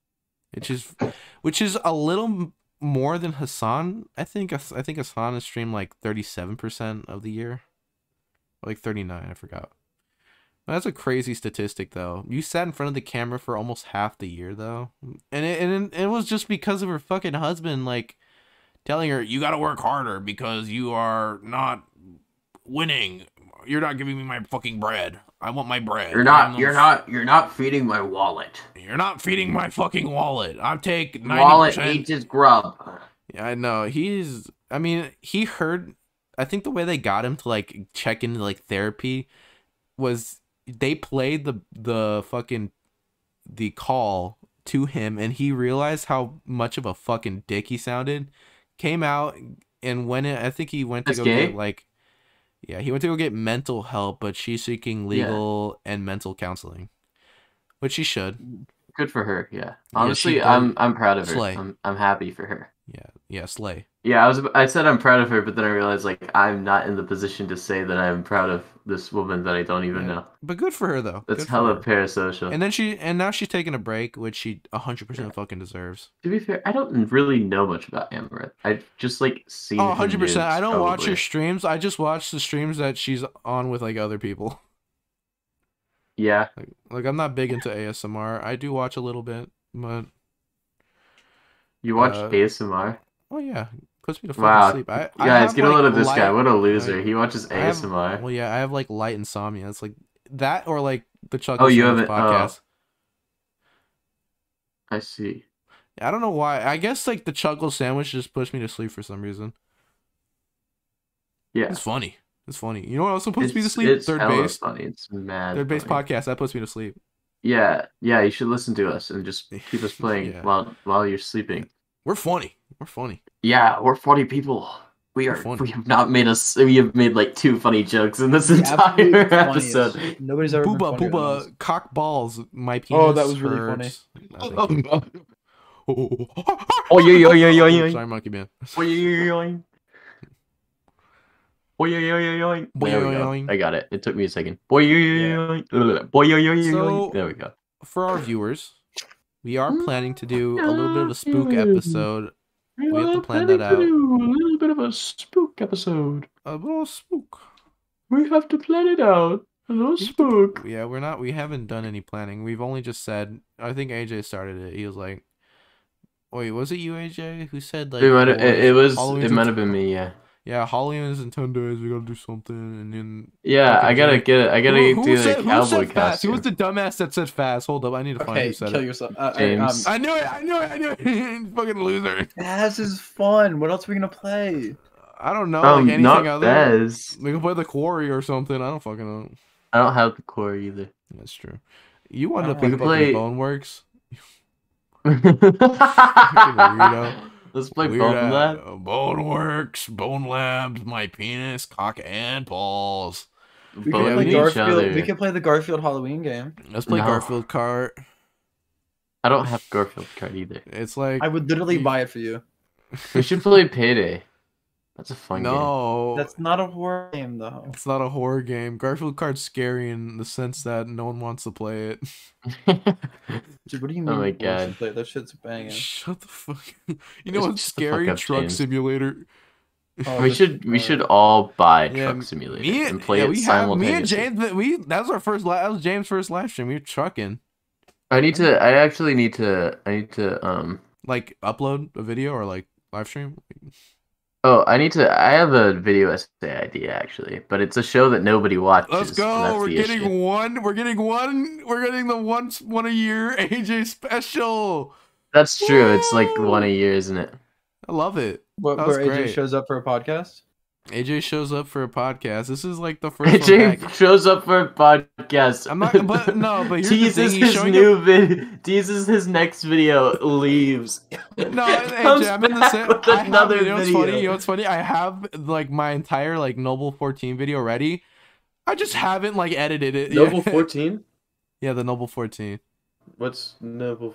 S2: which is which is a little m- more than Hassan. I think Hass- I think Hassan has streamed like thirty seven percent of the year, Or, like thirty nine. I forgot. That's a crazy statistic, though. You sat in front of the camera for almost half the year, though, and it and it was just because of her fucking husband, like telling her you got to work harder because you are not winning. You're not giving me my fucking bread. I want my bread.
S1: You're
S2: I'm
S1: not.
S2: the
S1: You're not. You're not feeding my wallet.
S2: You're not feeding my fucking wallet. I take 90%.
S1: Wallet eats his grub.
S2: Yeah, I know. He's I mean, he heard I think the way they got him to like check into like therapy was they played the the fucking the call to him and he realized how much of a fucking dick he sounded. Came out and went in, I think he went to
S1: That's
S2: go
S1: gay?
S2: get like yeah, he went to go get mental help, but she's seeking
S1: Yeah.
S2: legal and mental counseling. Which she should.
S1: Good for her. Yeah.
S2: Yeah,
S1: Honestly,
S2: she
S1: I'm. I'm proud of her.
S2: slay.
S1: I'm. I'm happy for her.
S2: Yeah, yeah, slay.
S1: Yeah, I was. I said I'm proud of her, but then I realized like I'm not in the position to say that I'm proud of this woman that I don't even
S2: Yeah.
S1: know.
S2: But good for her though.
S1: That's
S2: Good for
S1: hella
S2: her.
S1: parasocial.
S2: And then she and now she's taking a break, which she hundred percent fucking deserves.
S1: to be fair, I don't really know much about Amaranth. I just like seen.
S2: Oh,
S1: her
S2: 100
S1: nudes,
S2: percent. I don't watch
S1: probably.
S2: her streams. I just watch the streams that she's on with like other people.
S1: yeah,
S2: Like, like I'm not big into ASMR. I do watch a little bit, but
S1: you watch
S2: Uh,
S1: ASMR.
S2: oh yeah, puts me to fucking
S1: Wow,
S2: sleep. I, I
S1: guys,
S2: have,
S1: get a
S2: like,
S1: load of this guy.
S2: light-
S1: What a loser! he watches
S2: I have-
S1: ASMR.
S2: Well, yeah, I have like light insomnia. It's like that or like the Chuck.
S1: Oh, you haven't- oh.
S2: podcast.
S1: I see.
S2: I don't know why. I guess like the Chuckle sandwich just pushed me to sleep for some reason.
S1: Yeah,
S2: It's funny. It's funny. You know what also puts
S1: it's,
S2: me to sleep?
S1: it's
S2: Third
S1: hella
S2: base.
S1: funny. It's mad.
S2: Third base
S1: funny.
S2: podcast that puts me to sleep.
S1: Yeah, yeah. You should listen to us and just keep us playing
S2: Yeah.
S1: while while you're sleeping.
S2: We're funny. We're funny.
S1: Yeah, we're funny people. We
S2: We're
S1: are.
S2: funny.
S1: We have not made us. We have made like two funny jokes in this
S3: absolute
S1: entire
S3: funniest.
S1: episode.
S3: Nobody's ever. been
S2: Booba,
S3: funnier than us.
S2: booba, cock balls, my penis.
S3: Oh, that was really
S2: hurts. I
S1: Oh,
S2: think-
S1: oh,
S2: Oh,
S1: Oh, yo, yo, yo, yo, yo.
S2: Sorry, monkey man.
S1: Boing. Boing. There we go.
S2: Boing.
S1: I got it. It took me a second. Boing. Boing.
S2: So-
S1: There we go.
S2: For our viewers, we are planning to do a little bit of a spook episode,
S1: We
S2: have to
S1: are
S2: plan
S1: planning
S2: that
S1: to
S2: out.
S1: do A little bit of a spook episode.
S2: a little spook
S1: We have to plan it out. Hello, Spook.
S2: Yeah, we're not. We haven't done any planning. We've only just said. I think AJ started it. He was like, "Wait, was it you, AJ, who said like
S1: It might have,
S2: "Oh,
S1: it, it was.
S2: Halloween's
S1: It
S2: in
S1: might
S2: t-
S1: have been me. Yeah.
S2: yeah, Halloween is in ten days. We gotta do something." And then
S1: Yeah.
S2: Okay,
S1: I gotta
S2: Jake.
S1: get it. I gotta
S2: Who- who
S1: do
S2: said-
S1: the
S2: who
S1: cowboy
S2: said fast? Who
S1: costume.
S2: was the dumbass that said fast? Hold up, I need to find
S3: Okay,
S2: who said
S3: kill
S2: it.
S3: yourself. Uh, uh,
S1: James.
S3: Um,
S2: I knew it. I knew it. I knew it. Fucking loser.
S3: Baz is fun. What else are we gonna play?
S2: I don't know.
S1: Um,
S2: like anything
S1: not
S2: other.
S1: Bez.
S2: We can play the quarry or something. I don't fucking know.
S1: I don't have the core either.
S2: That's true. You wanted to
S3: Uh,
S2: play
S1: we
S2: fucking
S1: could play-
S2: Boneworks. weirdo.
S1: Let's play
S2: Weird
S1: Bone
S2: Al-
S1: Lab.
S2: uh, Boneworks, Bone Labs, my penis, cock and balls.
S3: We
S1: Bone
S3: can play
S1: each
S3: Garfield. We
S1: other.
S3: can play the Garfield Halloween game.
S2: Let's play
S1: No.
S2: Garfield Kart.
S1: I don't have Garfield card either.
S2: It's like
S3: I would literally buy it for you.
S1: We should play Payday. That's a fun
S2: no.
S3: That's not a horror game though.
S2: It's not a horror game. Garfield Kart's scary in the sense that no one wants to play it.
S1: game.
S3: Dude, what do you mean?
S1: Oh my
S3: you should
S1: God.
S3: play? That shit's banging.
S2: Shut the fuck. You know
S1: Just-
S2: what's
S1: shut the fuck
S2: scary?
S1: up,
S2: Truck
S1: James.
S2: simulator.
S3: Oh,
S1: we
S3: this
S1: should
S3: is
S1: we
S3: bad.
S1: should all buy
S2: Yeah,
S1: Truck Simulator
S2: Me and,
S1: and play
S2: yeah,
S1: it
S2: we have, me and
S1: simultaneously.
S2: James. but We that was our first. li- That was James' first live stream. We were trucking.
S1: I need to. I actually need to. I need to. Um.
S2: Like upload a video or like live stream.
S1: Oh, I need to. I have a video essay idea actually, but it's a show that nobody watches.
S2: Let's
S1: and
S2: go.
S1: that's
S2: We're
S1: the
S2: getting
S1: issue.
S2: one. We're getting one. We're getting the once one a year AJ special.
S1: That's true. It's like
S2: Woo!
S1: one a year, isn't it?
S2: I love it.
S3: What,
S2: That was
S3: where AJ
S2: great.
S3: shows up for a podcast.
S2: AJ shows up for a podcast. This is like the first one
S1: James
S2: back.
S1: shows up for a podcast.
S2: I'm not. But no. But here's
S1: teases
S2: the thing. He's
S1: his
S2: showing up-
S1: new vid, teases his next video, leaves.
S2: No,
S1: Comes
S2: AJ, I'm in the
S1: back
S2: same.
S1: with
S2: I have,
S1: another
S2: you know what's funny?
S1: video.
S2: You know what's funny? I have like my entire like Noble 14 video ready. I just haven't like edited it. yet.
S1: Noble fourteen.
S2: yeah, the Noble 14.
S1: What's Noble?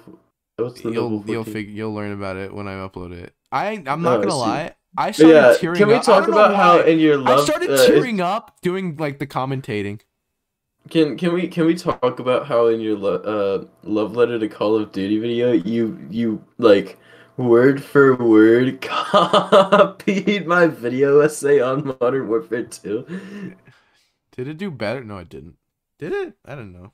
S1: What's the
S2: You'll
S1: Noble
S2: you'll
S1: 14?
S2: figure you'll learn about it when I upload it. I I'm
S1: Oh,
S2: not
S1: I
S2: gonna
S1: see.
S2: lie. I started
S1: Yeah,
S2: tearing
S1: can we
S2: up. I
S1: talk
S2: don't know
S1: about how
S2: why.
S1: in your love?
S2: I started
S1: uh, is-
S2: tearing up doing like the commentating.
S1: Can can we can we talk about how in your lo- uh love letter to Call of Duty video you you like word for word copied my video essay on Modern Warfare 2?
S2: Did it do better? No, it didn't. Did it? I don't know.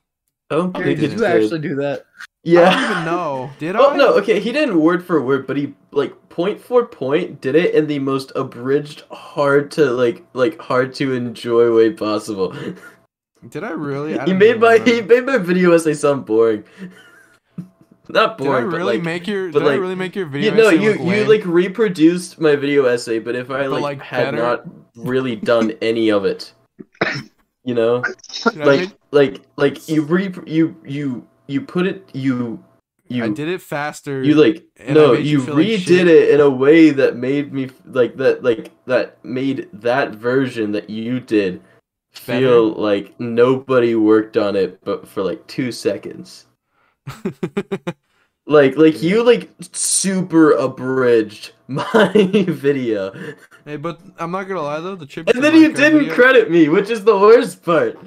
S1: I don't
S2: Oh,
S3: Gary,
S1: think
S2: did
S1: it
S2: you
S1: did.
S3: do that?
S1: Yeah.
S2: I don't even know. Did
S1: Oh
S2: I?
S1: no, okay, he didn't word for word, but he like point for point did it in the most abridged, hard to like like hard to enjoy way possible.
S2: Did I really? I
S1: he
S2: don't
S1: made
S2: even
S1: my he
S2: remember.
S1: made my video essay sound boring. Not
S2: Did I
S1: boring,
S2: really
S1: but like
S2: make your?
S1: but,
S2: Did I
S1: like,
S2: really make your video?
S1: you, no,
S2: essay
S1: you
S2: look
S1: you
S2: lame?
S1: like reproduced my video essay, but if I
S2: But,
S1: like,
S2: like,
S1: had
S2: better?
S1: not really done any of it, you know,
S2: Did I
S1: like
S2: make-
S1: like like you re you you you put it you you
S2: I did it faster.
S1: you like
S2: and I
S1: no
S2: made you
S1: you
S2: feel like
S1: redid
S2: shit.
S1: it in a way that made me f- like that like that made that version that you did feel like nobody worked on it but for like two seconds like like you like super abridged my video
S2: hey, but I'm not gonna lie though, the trip.
S1: and then you didn't credit me which is the worst part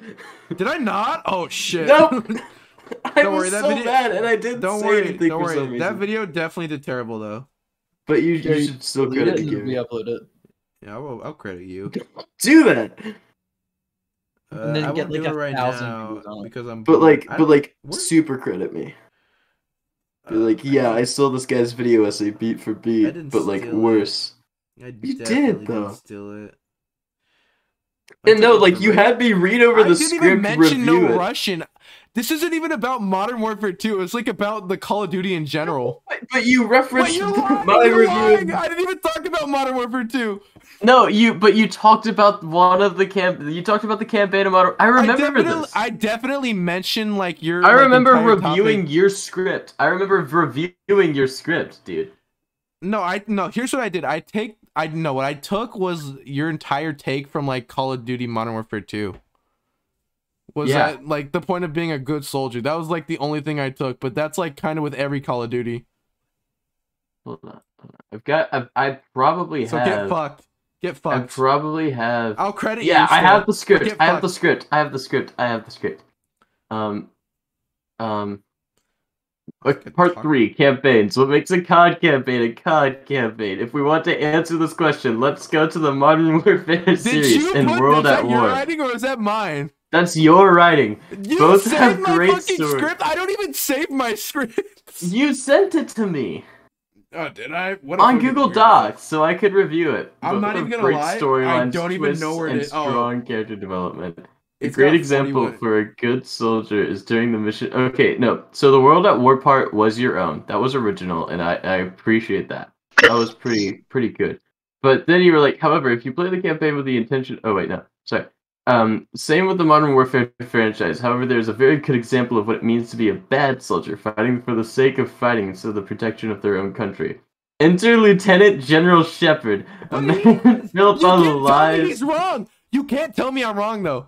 S2: Did I not? Oh shit!
S1: Nope. i
S2: Don't
S1: was
S2: worry, that
S1: so
S2: video-
S1: bad and i didn't
S2: don't
S1: say
S2: worry.
S1: anything
S2: Don't
S1: for some
S2: worry. That
S1: reason
S2: video definitely did terrible though.
S1: but you,
S3: Gary,
S1: you should still
S3: We
S1: credit
S3: didn't
S1: me
S3: re-upload it.
S2: Yeah, I'll, I'll credit you.
S1: do that
S2: Uh,
S3: And then
S2: I
S3: get,
S2: won't
S3: like,
S2: do
S3: a
S2: it right
S3: thousand
S2: now
S3: views on it.
S2: because I'm.
S1: but
S2: bored.
S1: like
S2: I
S1: but like
S2: what?
S1: super credit me Be
S2: don't-
S1: like,
S2: uh,
S1: yeah, I stole this guy's video essay beat for
S2: didn't
S1: beat, but like
S2: steal it.
S1: worse.
S2: I
S1: did,
S2: definitely didn't
S1: though.
S2: Steal it. I
S1: And no,
S2: took it
S1: like
S2: from
S1: you
S2: it.
S1: had me read over
S2: I
S1: the
S2: didn't
S1: script,
S2: even mention
S1: review
S2: no
S1: it.
S2: Russian. This isn't even about Modern Warfare 2. It's like about the Call of Duty in general.
S1: But- But you
S2: Wait,
S1: referenced
S2: you're lying,
S1: my
S2: you're
S1: review.
S2: lying. I didn't even talk about Modern Warfare 2.
S1: No, you. But you talked about one of the camp. You talked about the campaign of modern. I
S2: I
S1: remember
S2: definitely,
S1: this. I,
S2: I definitely mentioned like your. like,
S1: remember
S2: entire
S1: reviewing
S2: topic.
S1: your script. I remember reviewing your script, dude.
S2: No, I no. Here's what I did. I take. I no. What I took was your entire take from like Call of Duty Modern Warfare 2. Was
S1: Yeah.
S2: that like the point of being a good soldier? That was like the only thing I took. But that's like kind of with every Call of Duty.
S1: Hold on. hold on. I've got. I've, I probably
S2: So get
S1: have.
S2: fucked. Get
S1: I
S2: fucked.
S1: probably have.
S2: I'll credit you.
S1: Yeah, I
S2: still.
S1: have the script.
S2: Get
S1: I have the
S2: fucked.
S1: script. I have the script. I have the script. Um, um, Okay, Part three campaigns. What makes a COD campaign a COD campaign? If we want to answer this question, let's go to the Modern Warfare
S2: Did
S1: series
S2: you
S1: and
S2: put
S1: World
S2: is
S1: at
S2: that your
S1: War.
S2: writing or is that mine?
S1: That's your writing.
S2: You
S1: Both
S2: saved
S1: have
S2: my
S1: great
S2: fucking
S1: stories.
S2: script. I don't even save my scripts.
S1: You sent it to me
S2: Oh, did I? What a
S1: on
S2: fucking
S1: Google
S2: weirdo.
S1: Docs, so I could review it.
S2: I'm
S1: Both
S2: not
S1: have
S2: even gonna
S1: great
S2: lie, I
S1: storylines,
S2: don't even
S1: twists,
S2: know where it
S1: and
S2: is. Oh.
S1: Strong character development. A
S2: It's
S1: great
S2: got funny
S1: example
S2: wood.
S1: for a good soldier is during the mission. Okay, no. So the World at War part was your own. That was original, and I, I appreciate that. That was pretty pretty good. But then you were like, however, if you play the campaign with the intention. Oh wait, no. Sorry. Um, same with the Modern Warfare franchise. However, there is a very good example of what it means to be a bad soldier, fighting for the sake of fighting instead of the protection of their own country. Enter Lieutenant General Shepard, a
S2: What do you
S1: man built
S2: You
S1: on
S2: can't tell me
S1: lies.
S2: he's wrong. You can't tell me I'm wrong though.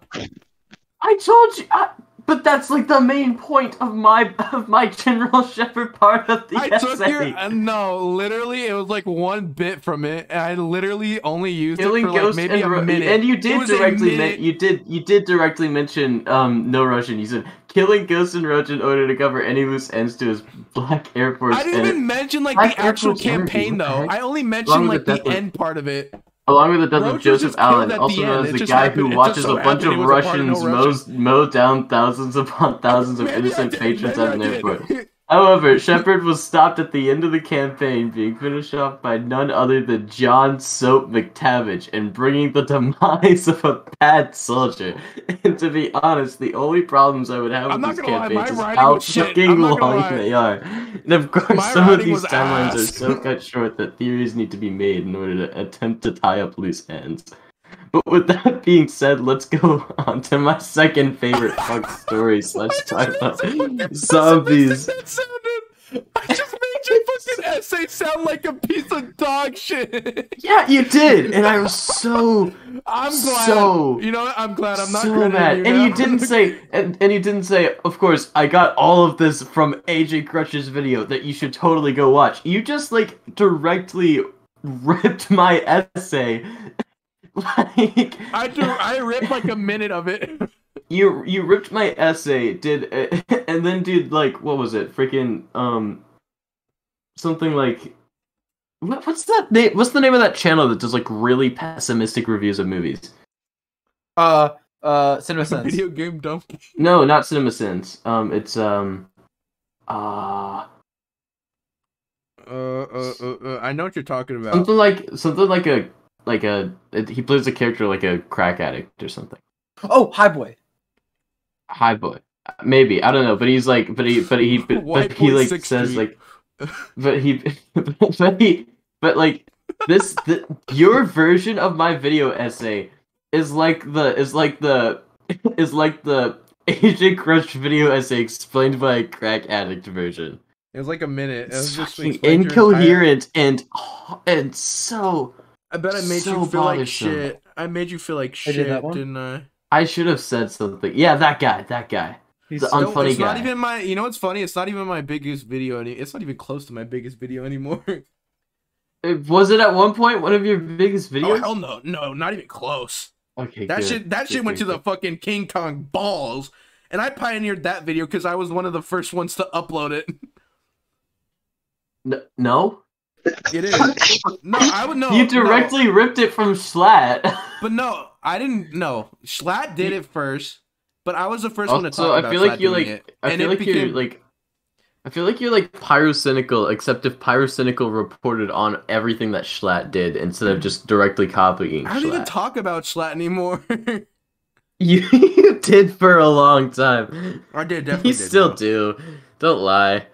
S1: I told you, I, but that's like the main point of my of my General Shepherd part of the
S2: I
S1: essay.
S2: took your uh, no. Literally, it was like one bit from it, and I literally only used
S1: Killing
S2: it for like
S1: Ghost
S2: maybe
S1: and Ru-
S2: a minute.
S1: and you
S2: It
S1: did
S2: was a
S1: directly men-
S2: minute.
S1: you did you did directly mention um no Russian. You said killing Ghost and Roach in order to cover any loose ends to his black Air Force.
S2: I didn't
S1: edit,
S2: even mention like
S1: I
S2: the actual
S1: actually remember
S2: campaign
S1: you, what the
S2: though.
S1: heck?
S2: I only
S1: Along with
S2: mentioned like
S1: the
S2: the
S1: death of-
S2: end part of it.
S1: along with the death
S2: Roach
S1: of
S2: was
S1: Joseph
S2: just killed
S1: Allen,
S2: at
S1: also
S2: the
S1: known
S2: end.
S1: as
S2: It
S1: the
S2: just
S1: guy
S2: happened-
S1: who
S2: it just
S1: watches
S2: so
S1: a bunch
S2: happened
S1: of
S2: it was a part of
S1: Russians
S2: no
S1: mow, mow down thousands upon thousands of
S2: Maybe I
S1: innocent
S2: did,
S1: patrons
S2: maybe
S1: at an
S2: I
S1: airport.
S2: did.
S1: However, Shepard was stopped at the end of the campaign, being finished off by none other than John Soap McTavish and bringing the demise of a bad soldier. And to be honest, the only problems I would have
S2: I'm not
S1: with these
S2: gonna lie, my
S1: campaigns is
S2: writing
S1: how
S2: was shit.
S1: fucking
S2: I'm not gonna
S1: long
S2: lie.
S1: they are. And of course,
S2: My
S1: some of
S2: writing
S1: these
S2: was
S1: timelines
S2: ass.
S1: are so cut short that theories need to be made in order to attempt to tie up loose ends. But with that being said, let's go on to my second favorite fuck story slash timeline. Zombies.
S2: That sounded. I just made your fucking essay sound like a piece of dog shit.
S1: Yeah, you did, and I was so
S2: I'm glad.
S1: So-
S2: you know, what? I'm glad I'm not
S1: so
S2: crediting
S1: mad.
S2: You
S1: and
S2: now.
S1: you didn't say, and, and you didn't say. Of course, I got all of this from AJ Crutch's video that you should totally go watch. You just like directly ripped my essay. Like
S2: I do. I ripped like a minute of it.
S1: you, you ripped my essay. Did and then did like what was it? Freaking um, something like. What, what's that name? What's the name of that channel that does like really pessimistic reviews of movies?
S3: Uh, uh, CinemaSins.
S2: Video game dump.
S1: No, not CinemaSins. Um, it's um, uh,
S2: Uh, uh, uh, uh, I know what you're talking about.
S1: something like something like a like a it- he plays a character like a crack addict or something.
S3: Oh, High Boy.
S1: High boy, maybe I don't know, but he's like, but he, but he, but,
S2: White
S1: but he
S2: boy,
S1: like
S2: Sixth
S1: says
S2: Street.
S1: like, but he, but he, but like this, the, your version of my video essay is like the is like the is like the Asian Crush video essay explained by a crack addict version.
S2: It was like a minute. It was
S1: It's
S2: just
S1: fucking
S2: explained your entire-
S1: incoherent and and so
S2: I bet I made
S1: so
S2: you feel like
S1: bothersome.
S2: shit. I made you feel like
S3: I
S2: shit,
S3: did that one.
S2: didn't I?
S1: I should have said something. Yeah, that guy, that guy.
S3: He's
S1: The
S3: so-
S1: un- Unfunny
S2: it's not
S1: guy.
S2: even my. You know what's funny? It's not even my biggest video. Any. It's not even close to my biggest video anymore.
S1: It- Was it at one point one of your biggest
S2: Oh
S1: videos?
S2: hell no, no, not even close.
S1: okay,
S2: That
S1: good.
S2: shit. That shit
S1: Good,
S2: went to
S1: good,
S2: the fucking King Kong balls, and I pioneered that video because I was one of the first ones to upload it.
S1: good. N- No,
S2: It is. No, I would no.
S1: you
S2: no.
S1: directly ripped it from Slat.
S2: But no, I didn't. No, Schlatt did it first, but I was the first one to
S1: also,
S2: talk about
S1: I feel like
S2: Schlatt
S1: you
S2: doing
S1: like.
S2: it,
S1: I
S2: and
S1: feel
S2: it
S1: like you're
S2: became-
S1: like. I feel like you're like pyrocynical, except if pyrocynical reported on everything that Schlatt did instead of just directly copying.
S2: I don't even
S1: Schlatt.
S2: talk about Schlatt anymore.
S1: you, you did for a long time.
S2: I did definitely.
S1: You
S2: did,
S1: still
S2: though.
S1: do. Don't lie.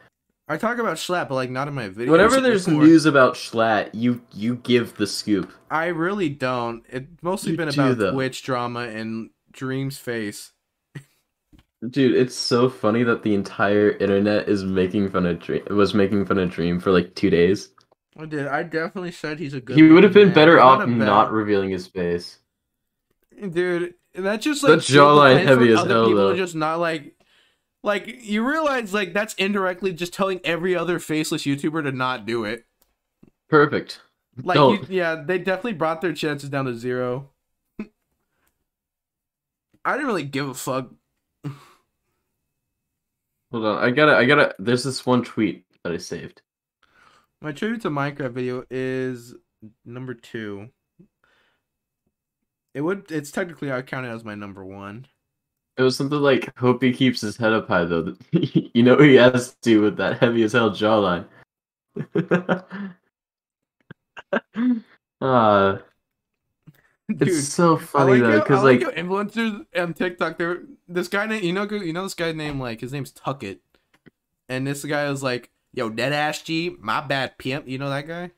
S2: I talk about Schlatt, but like not in my videos.
S1: Whenever there's
S2: before.
S1: news about Schlatt, you you give the scoop.
S2: I really don't. It's mostly
S1: You
S2: been
S1: do,
S2: about
S1: though.
S2: Twitch drama and Dream's face.
S1: Dude, it's so funny that the entire internet is making fun of Dream was making fun of Dream for like two days.
S2: I did. I definitely said he's a good.
S1: he would have been
S2: man.
S1: better
S2: He's
S1: off
S2: a
S1: not,
S2: bad-
S1: revealing his face.
S2: dude. That's just
S1: That
S2: like shit
S1: jawline
S2: planned for
S1: heavy as
S2: other
S1: hell,
S2: People
S1: though.
S2: are just not like, like you realize like that's indirectly just telling every other faceless YouTuber to not do it.
S1: Perfect.
S2: Like, you,
S1: Don't.
S2: yeah, they definitely brought their chances down to zero. I didn't really give a fuck.
S1: Hold on, I gotta, I gotta. There's this one tweet that I saved.
S2: My tribute to Minecraft video is number two. It would. It's technically I count it as my number one.
S1: It was something like, "Hope he keeps his head up high, though." you know he has to with that heavy as hell jawline. uh, it's
S2: Dude,
S1: so
S2: I
S1: funny
S2: like
S1: though,
S2: how- I
S1: because like,
S2: how influencers on TikTok, they're this guy named you know you know this guy's name like his name's Tuckett, and this guy was like, "Yo, dead ass G, my bad pimp." You know that guy?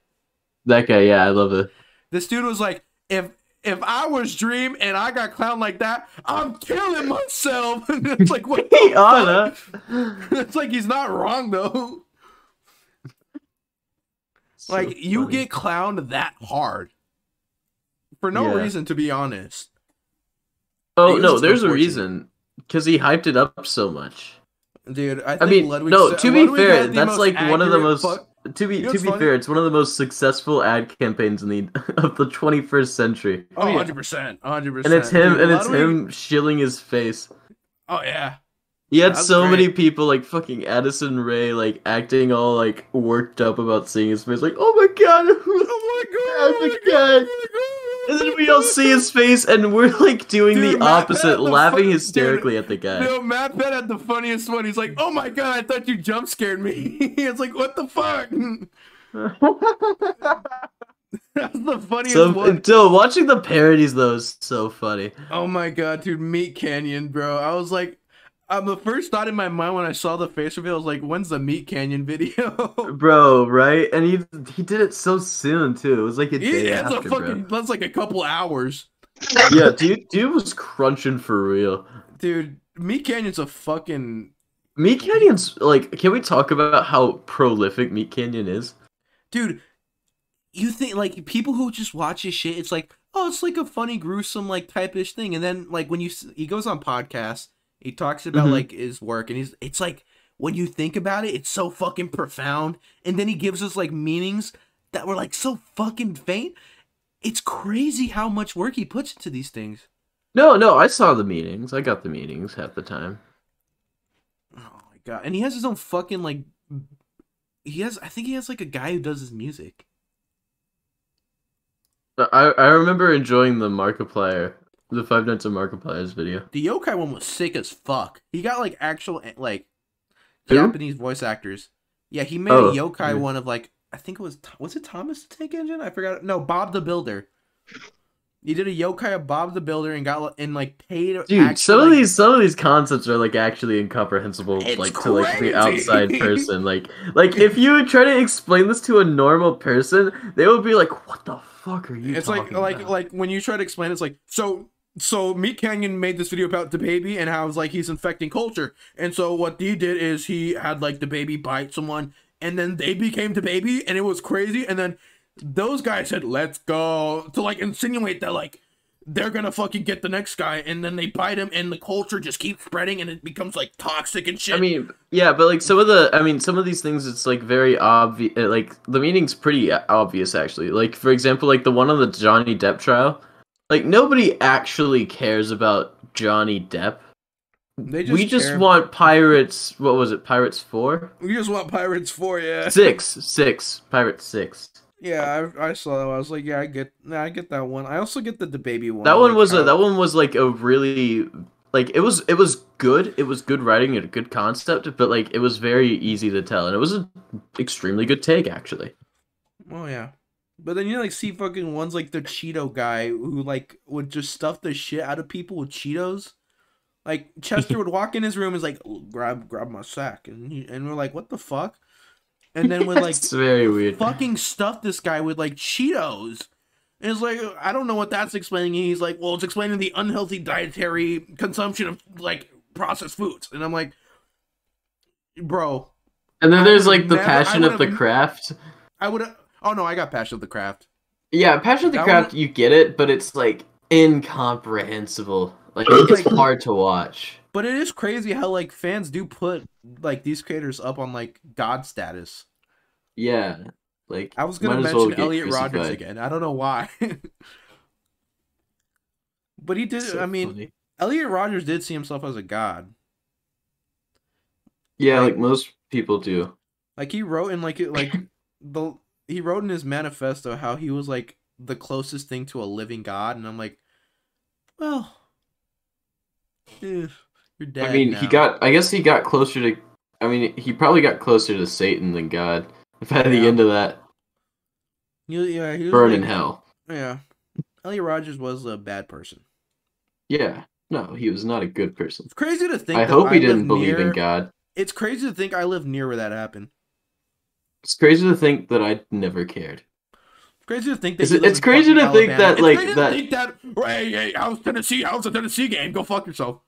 S1: that guy. Yeah, I love it.
S2: This dude was like, "If if I was Dream and I got clowned like that, I'm killing myself." and it's like, what? the
S1: Hey,
S2: fuck?
S1: Anna.
S2: it's like he's not wrong though.
S1: So
S2: Like you
S1: funny.
S2: get clowned that hard for no
S1: Yeah.
S2: reason, to be honest.
S1: Oh
S2: It
S1: no,
S2: was
S1: there's a
S2: unfortunate.
S1: reason because he hyped it up so much.
S2: Dude, I, think
S1: I mean,
S2: Ludwig
S1: no.
S2: said-
S1: To be
S2: Ludwig
S1: fair,
S2: had the
S1: that's
S2: most
S1: like one of the
S2: accurate
S1: most.
S2: fuck-
S1: To be
S2: You know
S1: to
S2: what's
S1: be
S2: funny?
S1: fair, it's one of the most successful ad campaigns in the of the 21st century.
S2: Oh,
S3: yeah.
S2: 100%. 100%.
S1: And it's him,
S2: Dude,
S1: and it's
S2: Ludwig-
S1: him shilling his face.
S2: Oh, yeah.
S1: He had
S2: That's
S1: so many
S2: great.
S1: people, like fucking Addison Ray, like acting all like worked up about seeing his face, like, "Oh my god, oh my god!" And then we all see his face, and we're like doing
S2: Dude,
S1: the
S2: Matt,
S1: opposite,
S2: the
S1: laughing
S2: fuck-
S1: hysterically at the guy.
S2: No, Matt Penn had the funniest one. He's like, oh my god, I thought you jump scared me. it's like, what the fuck? That's the funniest
S1: so,
S2: one.
S1: dude, watching the parodies though is so funny.
S2: Oh my god, dude, Meat Canyon, bro. I was like, um, the first thought in my mind when I saw the face reveal I was like, when's the Meat Canyon video?
S1: Bro, right? And he he did it so soon too. It was like a day
S2: yeah, it's
S1: after,
S2: a fucking, that's like a couple hours.
S1: bro. yeah, dude, dude was crunching for real.
S2: Dude, Meat Canyon's a fucking
S1: Meat Canyon's like, can we talk about how prolific Meat Canyon is?
S2: dude you think like people who just watch his shit it's like oh it's like a funny gruesome like type-ish thing and then like when you s- he goes on podcasts he talks about
S1: Mhm.
S2: like his work and he's it's like when you think about it it's so fucking profound and then he gives us like meanings that were like so fucking faint it's crazy how much work he puts into these things
S1: No, no, I saw the meetings. I got the meetings half the time.
S2: oh my god and he has his own fucking like he has i think he has like a guy who does his music
S1: But I I remember enjoying the Markiplier, the Five Nights at Markiplier's video.
S2: The yokai one was sick as fuck. He got like actual eh, like
S1: Who?
S2: Japanese voice actors. Yeah, he made
S1: Oh,
S2: a yokai
S1: yeah.
S2: one of like I think it was was it Thomas the Tank Engine? I forgot. No, Bob the Builder. He did a yokai of Bob the Builder and got and like paid.
S1: Dude,
S2: actual,
S1: some of
S2: like-
S1: these some of these concepts are like actually incomprehensible,
S2: It's
S1: like to like
S2: crazy.
S1: the outside person. Like, like if you try to explain this to a normal person, they would be like, "What the fuck are you?"
S2: It's like
S1: talking
S2: like
S1: about?"
S2: like when you try to explain, it's like so so Meat Canyon made this video about the baby and how it's like he's infecting culture, and so what he did is he had like the baby bite someone, and then they became the baby, and it was crazy, and then those guys said let's go to like insinuate that like they're gonna fucking get the next guy, and then they bite him, and the culture just keeps spreading, and it becomes like toxic and shit.
S1: I mean, yeah, but like some of the, I mean, some of these things, it's like very obvious. Like the meaning's pretty uh, obvious, actually. Like for example, like the one on the Johnny Depp trial, like nobody actually cares about Johnny Depp.
S2: they
S1: we just
S2: care.
S1: want pirates. What was it? Pirates four,
S2: we just want pirates for yeah.
S1: six, six, pirates six.
S2: Yeah, I, I saw that. One. I was like, yeah, I get, nah, I get that one. I also get the the baby one.
S1: That one
S2: like,
S1: was
S2: how-
S1: a, that one was like a really like it was it was good. It was good writing and a good concept, but like it was very easy to tell, and it was an extremely good take actually.
S2: Oh yeah, but then you like see fucking ones like the Cheeto guy who like would just stuff the shit out of people with Cheetos. Like Chester would walk in his room and is like "Oh, grab grab my sack and he, and we're like what the fuck, and then would like
S1: it's very weird.
S2: fucking stuff this guy with like Cheetos. And it's like I don't know what that's explaining. And he's like, well, it's explaining the unhealthy dietary consumption of like processed foods. And I'm like, bro,
S1: And then there's like the
S2: Never- I
S1: passion of the
S2: would've-
S1: craft.
S2: I would. Oh no, I got passion of the craft.
S1: Yeah, passion of the
S2: That
S1: craft, you get it, but it's like incomprehensible. Like
S2: Like-
S1: it's hard to watch.
S2: But it is crazy how like fans do put like these creators up on like god status.
S1: Yeah, like
S2: I was gonna
S1: might as
S2: mention
S1: well get
S2: Elliot Rodgers
S1: crucified.
S2: again. I don't know why. but he did.
S1: So
S2: I mean,
S1: funny.
S2: Elliot Rodgers did see himself as a god.
S1: Yeah, like most people do.
S2: Like he wrote in like it like the he wrote in his manifesto how he was like the closest thing to a living god, and I'm like, well, eh, you're dead.
S1: I mean, he
S2: now.
S1: got. I guess he got closer to. I mean, he probably got closer to Satan than God. By the
S2: Yeah.
S1: end of that,
S2: You- yeah, he was
S1: burn in
S2: like-
S1: hell.
S2: Yeah, Ellie Rogers was a bad person.
S1: Yeah. No, he was not a good person.
S2: It's crazy to think.
S1: I
S2: though,
S1: hope he
S2: live
S1: didn't believe in
S2: near-
S1: God.
S2: It's crazy to think I live near where that happened.
S1: It's crazy to think that I never cared.
S2: It's crazy to think that.
S1: It's-
S2: you live
S1: it's
S2: in
S1: crazy
S2: fucking
S1: to think that,
S2: Alabama. It's
S1: like,
S2: crazy to
S1: that-
S2: think that. Hey, hey, how's Tennessee? How's the Tennessee game? Go fuck yourself.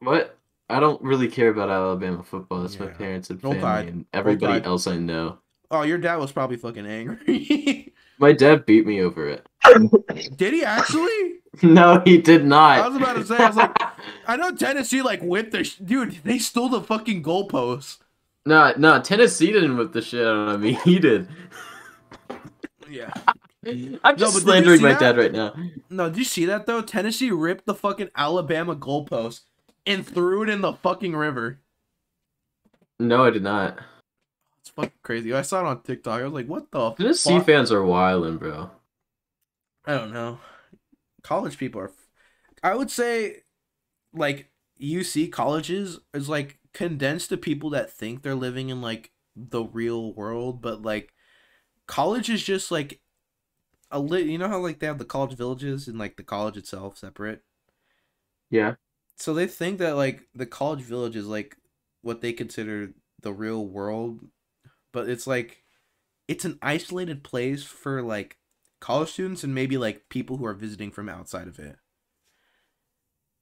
S1: What? I don't really care about Alabama football. That's my
S2: Yeah.
S1: parents and
S2: Roll
S1: family
S2: Tide.
S1: and everybody
S2: Tide.
S1: else I know.
S2: Oh, your dad was probably fucking angry.
S1: My dad beat me over it.
S2: Did he actually?
S1: No, he did not.
S2: I was about to say, I was like- I know Tennessee like whipped their sh- dude. They stole the fucking goalpost.
S1: no, no, Tennessee didn't whip the shit out of me. He did.
S2: Yeah.
S1: I'm just
S2: but did you
S1: slandering
S2: see
S1: my
S2: that?
S1: dad right now.
S2: No, did you see that though? Tennessee ripped the fucking Alabama goalpost and threw it in the fucking river.
S1: No, I did not.
S2: It's fucking crazy. I saw it on TikTok. I was like, what the?
S1: Tennessee
S2: fuck?
S1: fans are wildin', bro.
S2: I don't know. College people are. f- I would say, like UC colleges is like condensed to people that think they're living in like the real world, but like college is just like a lit. You know how like they have the college villages and like the college itself separate.
S1: Yeah.
S2: So they think that like the college village is like what they consider the real world, but it's like it's an isolated place for like college students and maybe like people who are visiting from outside of it.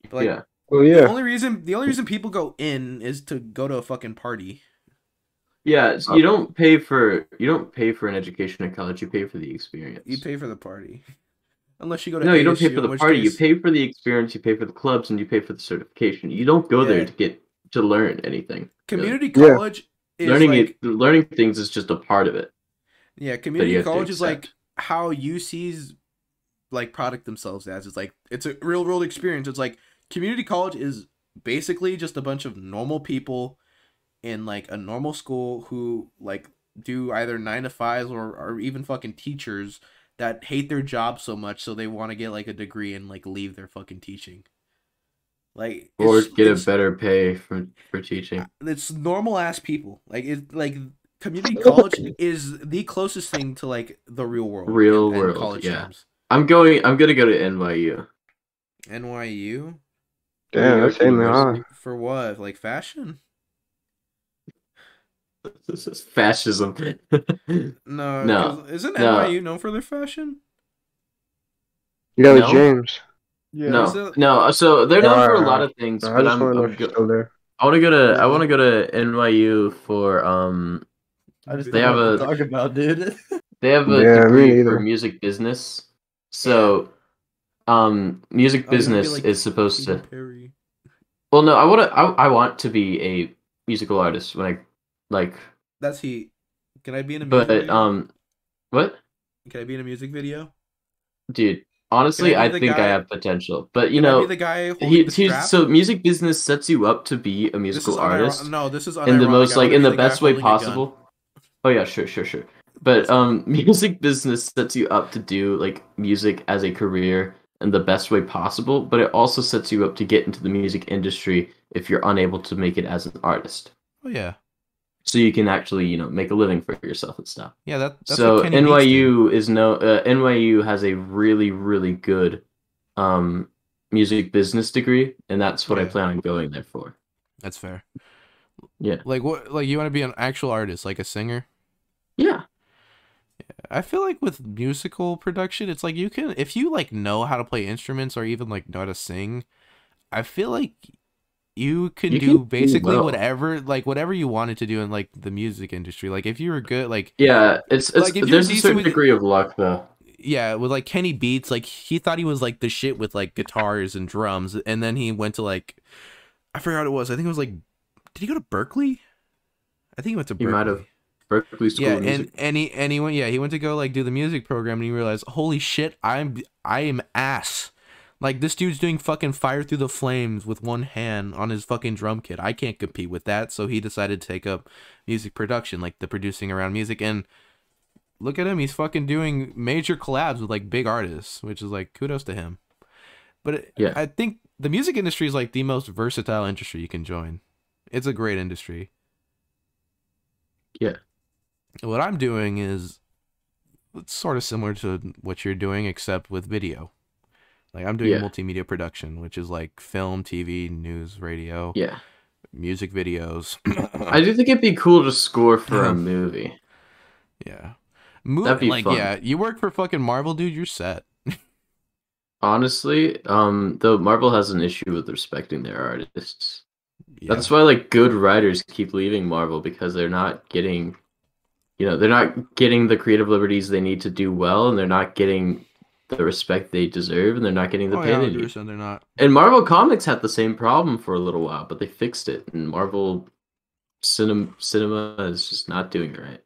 S2: But, like,
S1: yeah.
S4: Well,
S2: The
S4: yeah.
S2: only reason the only reason people go in is to go to a fucking party.
S1: Yeah,
S2: uh,
S1: so you don't pay for you don't pay for an education in college. You pay for the experience.
S2: You pay for the party, unless you go to
S1: no, you don't pay
S2: ASU,
S1: for
S2: in
S1: the
S2: which
S1: party.
S2: case-
S1: You pay for the experience. You pay for the clubs, and you pay for the certification. You don't go
S2: Yeah.
S1: there to get to learn anything. really.
S2: Community
S4: Yeah.
S2: college is
S1: learning
S2: like,
S1: it, learning things is just a part of it.
S2: Yeah, community
S1: have to
S2: college is like
S1: accept.
S2: how UC's like product themselves as. It's like it's a real world experience. It's like community college is basically just a bunch of normal people in like a normal school who like do either nine to fives or, or even fucking teachers that hate their job so much so they want to get like a degree and like leave their fucking teaching. Like
S1: Or
S2: it's-
S1: get a
S2: it's-
S1: better pay for for teaching.
S2: it's normal ass people. Like it like community college is the closest thing to like the real world.
S1: Real
S2: in
S1: world, yeah.
S2: terms.
S1: I'm going. I'm gonna go to NYU.
S2: NYU
S4: Damn, that's hitting me hard.
S2: for what? Like fashion?
S1: This is fascism.
S2: No.
S1: No,
S2: 'cause Isn't
S1: no.
S2: NYU known for their fashion?
S4: You got
S1: No?
S4: with James.
S3: Yeah.
S1: no,
S2: so-
S1: no. So they're known for a
S4: Alright,
S1: lot of things,
S4: No, I
S1: but
S4: just
S1: I'm,
S4: want to know
S1: I'm
S4: if you're
S1: go-
S4: still there.
S1: I want to go to. I want to go to NYU for um.
S3: I just
S1: They
S3: don't know
S1: have
S3: what to talk about, dude.
S1: They have a
S4: Yeah, me
S1: degree
S4: neither.
S1: for music business. So, um, music
S2: I'm gonna be
S1: business
S2: like
S1: is supposed to.
S2: Katy Perry.
S1: Well, no, I want to. I, I want to be a musical artist when I like,
S2: That's he. Can I be in a
S1: but
S2: music video?
S1: um, what?
S2: Can I be in a music video?
S1: dude honestly
S2: Can I
S1: i
S2: be the
S1: think
S2: guy-
S1: i have potential but you
S2: Can I
S1: know
S2: be the guy holding
S1: he,
S2: the
S1: he's-
S2: strap?
S1: so music business sets you up to be a
S2: This is
S1: musical
S2: uniro-
S1: artist
S2: No, this is
S1: in the
S2: unironic. I
S1: most like
S2: wanna
S1: in
S2: be
S1: the
S2: the guy
S1: best way
S2: holding a gun.
S1: possible oh yeah sure sure sure but um music business sets you up to do like music as a career in the best way possible but it also sets you up to get into the music industry if you're unable to make it as an artist
S2: Oh yeah,
S1: so you can actually you know make a living for yourself and stuff
S2: yeah. That, that's
S1: so
S2: what Kenny Beats did.
S1: NYU is no uh, NYU has a really really good um music business degree and that's what I
S2: Yeah.
S1: plan on going there for.
S2: That's fair.
S1: Yeah.
S2: Like what? Like you want to be an actual artist, like a singer?
S1: Yeah.
S2: I feel like with musical production, it's like you can if you like know how to play instruments or even like know how to sing. I feel like you can
S1: You
S2: do
S1: can do
S2: basically
S1: well.
S2: whatever like whatever you wanted to do in like the music industry. Like if you were good, like
S1: Yeah, it's, it's
S2: Like, if you're
S1: there's a
S2: decent
S1: certain
S2: with-
S1: degree of luck though.
S2: yeah, with like Kenny Beats, like he thought he was like the shit with like guitars and drums, and then he went to like I forgot what it was. I think it was like did he go to Berkeley? I think he went to
S1: He
S2: Berkeley.
S1: might have. Berkeley School
S2: yeah,
S1: of Music.
S2: and and he and he went yeah he went to go like do the music program and he realized holy shit I'm I am ass. Like this dude's doing fucking fire through the flames with one hand on his fucking drum kit. I can't compete with that, so he decided to take up music production, like the producing around music. And look at him, he's fucking doing major collabs with like big artists, which is like kudos to him. But it,
S1: Yeah.
S2: I think the music industry is like the most versatile industry you can join. It's a great industry.
S1: Yeah.
S2: What I'm doing is it's sort of similar to what you're doing, except with video. Like I'm doing
S1: Yeah.
S2: multimedia production, which is like film, TV, news, radio,
S1: Yeah,
S2: music videos.
S1: I do think it'd be cool to score for a movie.
S2: yeah. Move,
S1: That'd be
S2: like
S1: fun.
S2: yeah, you work for fucking Marvel, dude. You're set.
S1: Honestly, um, though Marvel has an issue with respecting their artists.
S2: Yeah.
S1: That's why like good writers keep leaving Marvel because they're not getting you know, they're not getting the creative liberties they need to do well and they're not getting the respect they deserve and they're not getting the
S2: oh,
S1: pay
S2: yeah,
S1: they need.
S2: 100% they're not.
S1: And Marvel Comics had the same problem for a little while, but they fixed it and Marvel cinema cinema is just not doing it right.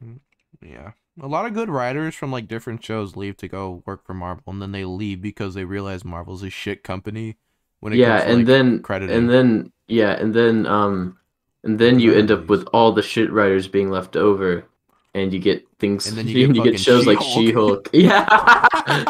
S2: Yeah. A lot of good writers from like different shows leave to go work for Marvel and then they leave because they realize Marvel's a shit company when it
S1: Yeah,
S2: comes to
S1: and
S2: like,
S1: then
S2: crediting.
S1: and then yeah, and then um and then you end up
S2: Credibilities.
S1: with all the shit writers being left over and you get things
S2: And then you get fucking
S1: shows like
S2: She-Hulk.
S1: She-Hulk. Yeah.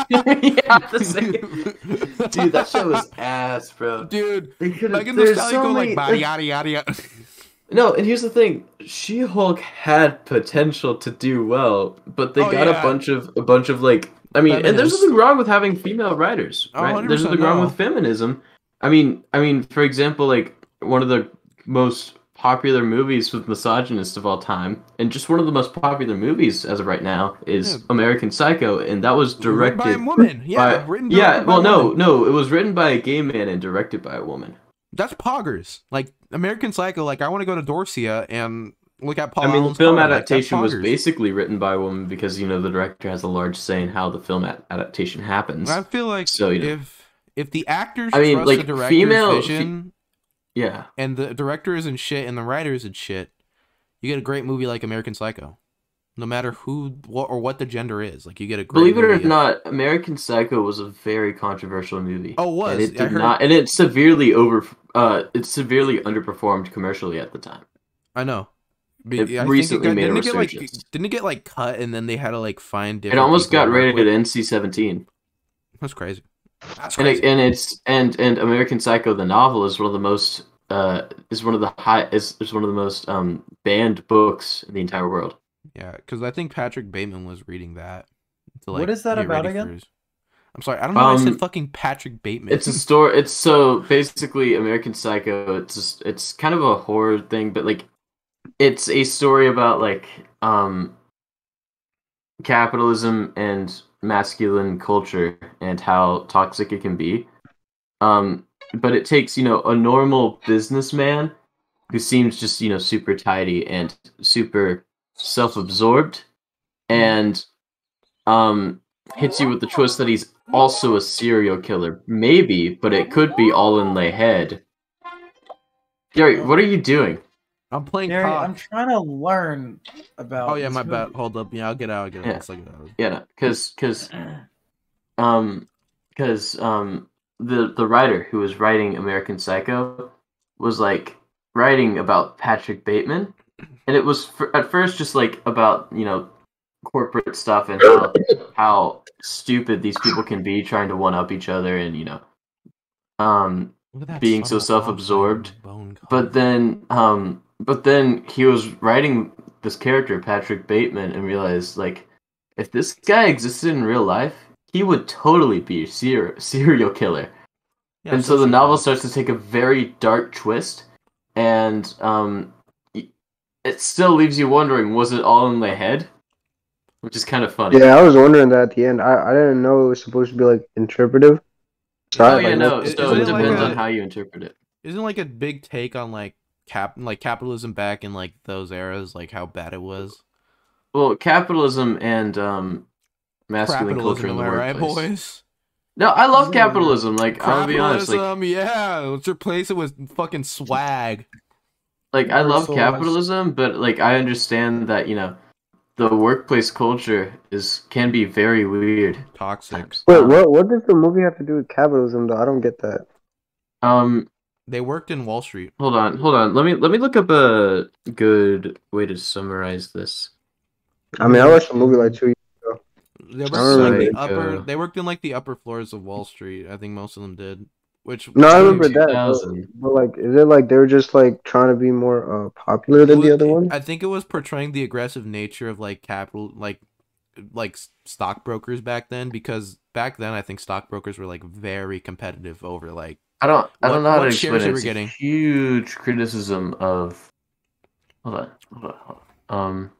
S1: yeah, the same. Dude, that show was ass, bro.
S2: Dude,
S1: They could
S2: like
S1: have
S2: in the
S1: there's
S2: style
S1: so
S2: go
S1: many.
S2: like bada yada yada yada.
S1: no, and here's the thing: She-Hulk had potential to do well, but they
S2: Oh,
S1: got
S2: yeah.
S1: a bunch of a bunch of like. I mean, and there's
S2: Feminists.
S1: nothing wrong with having female writers,
S2: Oh,
S1: right? there's
S2: 100%
S1: nothing wrong
S2: no.
S1: with feminism. I mean, I mean, for example, like one of the most popular movies with misogynists of all time, and just one of the most popular movies as of right now is
S2: Yeah.
S1: American Psycho, and that was directed
S2: by a woman. Yeah,
S1: by-
S2: written
S1: yeah,
S2: directed by
S1: well, no,
S2: women.
S1: no, it was written by a gay man and directed by a woman.
S2: That's poggers. Like American Psycho. Like I want to go to Dorcia and look at Paul.
S1: I mean, the
S2: Allen's
S1: film
S2: poem, like, that's
S1: adaptation was
S2: poggers.
S1: basically written by a woman because you know the director has a large say in how the film a- adaptation happens.
S2: I feel like
S1: So, you know.
S2: if if the actors
S1: I mean,
S2: trust the
S1: like,
S2: director's
S1: female-
S2: vision,
S1: Yeah,
S2: and the director isn't shit and the writer isn't shit, you get a great movie like American Psycho. No matter who what, or what the gender is, like you get a great
S1: believe it or
S2: movie.
S1: not, American Psycho was a very controversial movie.
S2: Oh, it was.
S1: and it
S2: I
S1: did
S2: heard-
S1: not, and it severely over, uh, it severely underperformed commercially at the time.
S2: I know. Be-
S1: It
S2: I think
S1: recently made a
S2: didn't it get like
S1: resurgence.
S2: didn't it get like cut and then they had to like find
S1: It
S2: different
S1: almost
S2: people
S1: got
S2: to work
S1: rated
S2: with?
S1: NC seventeen.
S2: That's crazy. That's
S1: and
S2: crazy.
S1: it, and it's and and American Psycho the novel is one of the most uh is one of the high is, is one of the most um banned books in the entire world.
S2: yeah, because I think Patrick Bateman was reading that. To,
S3: What is that
S2: get
S3: about
S2: ready for
S3: again?
S2: his- I'm sorry, I don't know. why I said
S1: Um,
S2: fucking Patrick Bateman.
S1: It's a story. It's so basically American Psycho. It's just, it's kind of a horror thing, but like it's a story about like um capitalism and masculine culture and how toxic it can be. Um, but it takes you know a normal businessman who seems just you know super tidy and super self-absorbed, and um hits you with the twist that he's also a serial killer. Maybe, but it could be all in the head. Gary, what are you doing?
S2: I'm playing
S3: Gary,
S2: COD.
S3: I'm trying to learn about.
S2: Oh yeah,
S3: this
S2: my
S3: movie.
S2: bad. Hold up. Yeah, I'll get out. I'll get out.
S1: Yeah.
S2: It's like, uh,
S1: Yeah, because because um because um the the writer who was writing American Psycho was like writing about Patrick Bateman, and it was fir- at first just like about you know corporate stuff and how how stupid these people can be trying to one up each other and you know um
S2: Look at that
S1: being so
S2: subtle outline
S1: self-absorbed,
S2: and bone color.
S1: but then um but then he was writing this character patrick bateman and realized like if this guy existed in real life he would totally be a ser- serial killer
S2: Yeah,
S1: and so the novel starts to take a very dark twist and um y- it still leaves you wondering was it all in my head which is kind of funny
S4: Yeah, I was wondering that at the end. I, I didn't know it was supposed to be like interpretive. So I
S1: oh
S4: had,
S1: yeah
S4: like, uh,
S1: no
S2: is-
S1: so
S2: isn't
S1: it
S2: it like
S1: depends
S2: a-
S1: on how you interpret it
S2: isn't like a big take on like cap like capitalism back in like those eras, like how bad it was.
S1: well capitalism and um masculine culture in
S2: am
S1: the
S2: I right,
S1: workplace
S2: boys?
S1: No, I love
S3: Mm.
S1: capitalism. Like I'll be honest, like
S2: Capitalism, yeah. Let's replace it with fucking swag.
S1: like I
S3: Never
S1: love
S3: saw us.
S1: capitalism, but like I understand that you know the workplace culture is can be very weird. Um,
S2: Toxic.
S1: sometimes.
S4: Wait, what? What does the movie have to do with capitalism? Though I don't get that.
S1: Um,
S2: They worked in Wall Street.
S1: hold on, hold on. Let me let me look up a good way to summarize this.
S4: I mean, I watched the movie like two. years
S2: They worked in like
S4: Alright,
S2: the upper.
S1: uh,
S2: They worked in like the upper floors of Wall Street. I think most of them did. Which
S4: No, I
S1: Dude,
S4: remember that. But,
S1: 2000.
S4: but, like, is it like they were just like trying to be more uh, popular
S2: it
S4: than
S2: was-
S4: the other one?
S2: I think it was portraying the aggressive nature of like capital, like like s- stockbrokers back then. Because back then, I think stockbrokers were like very competitive over like
S1: I don't I
S2: What-
S1: don't know how
S2: what
S1: to explain it.
S2: shares they were
S1: It's a
S2: getting?
S1: huge criticism of. Hold on, hold on, hold on. Um.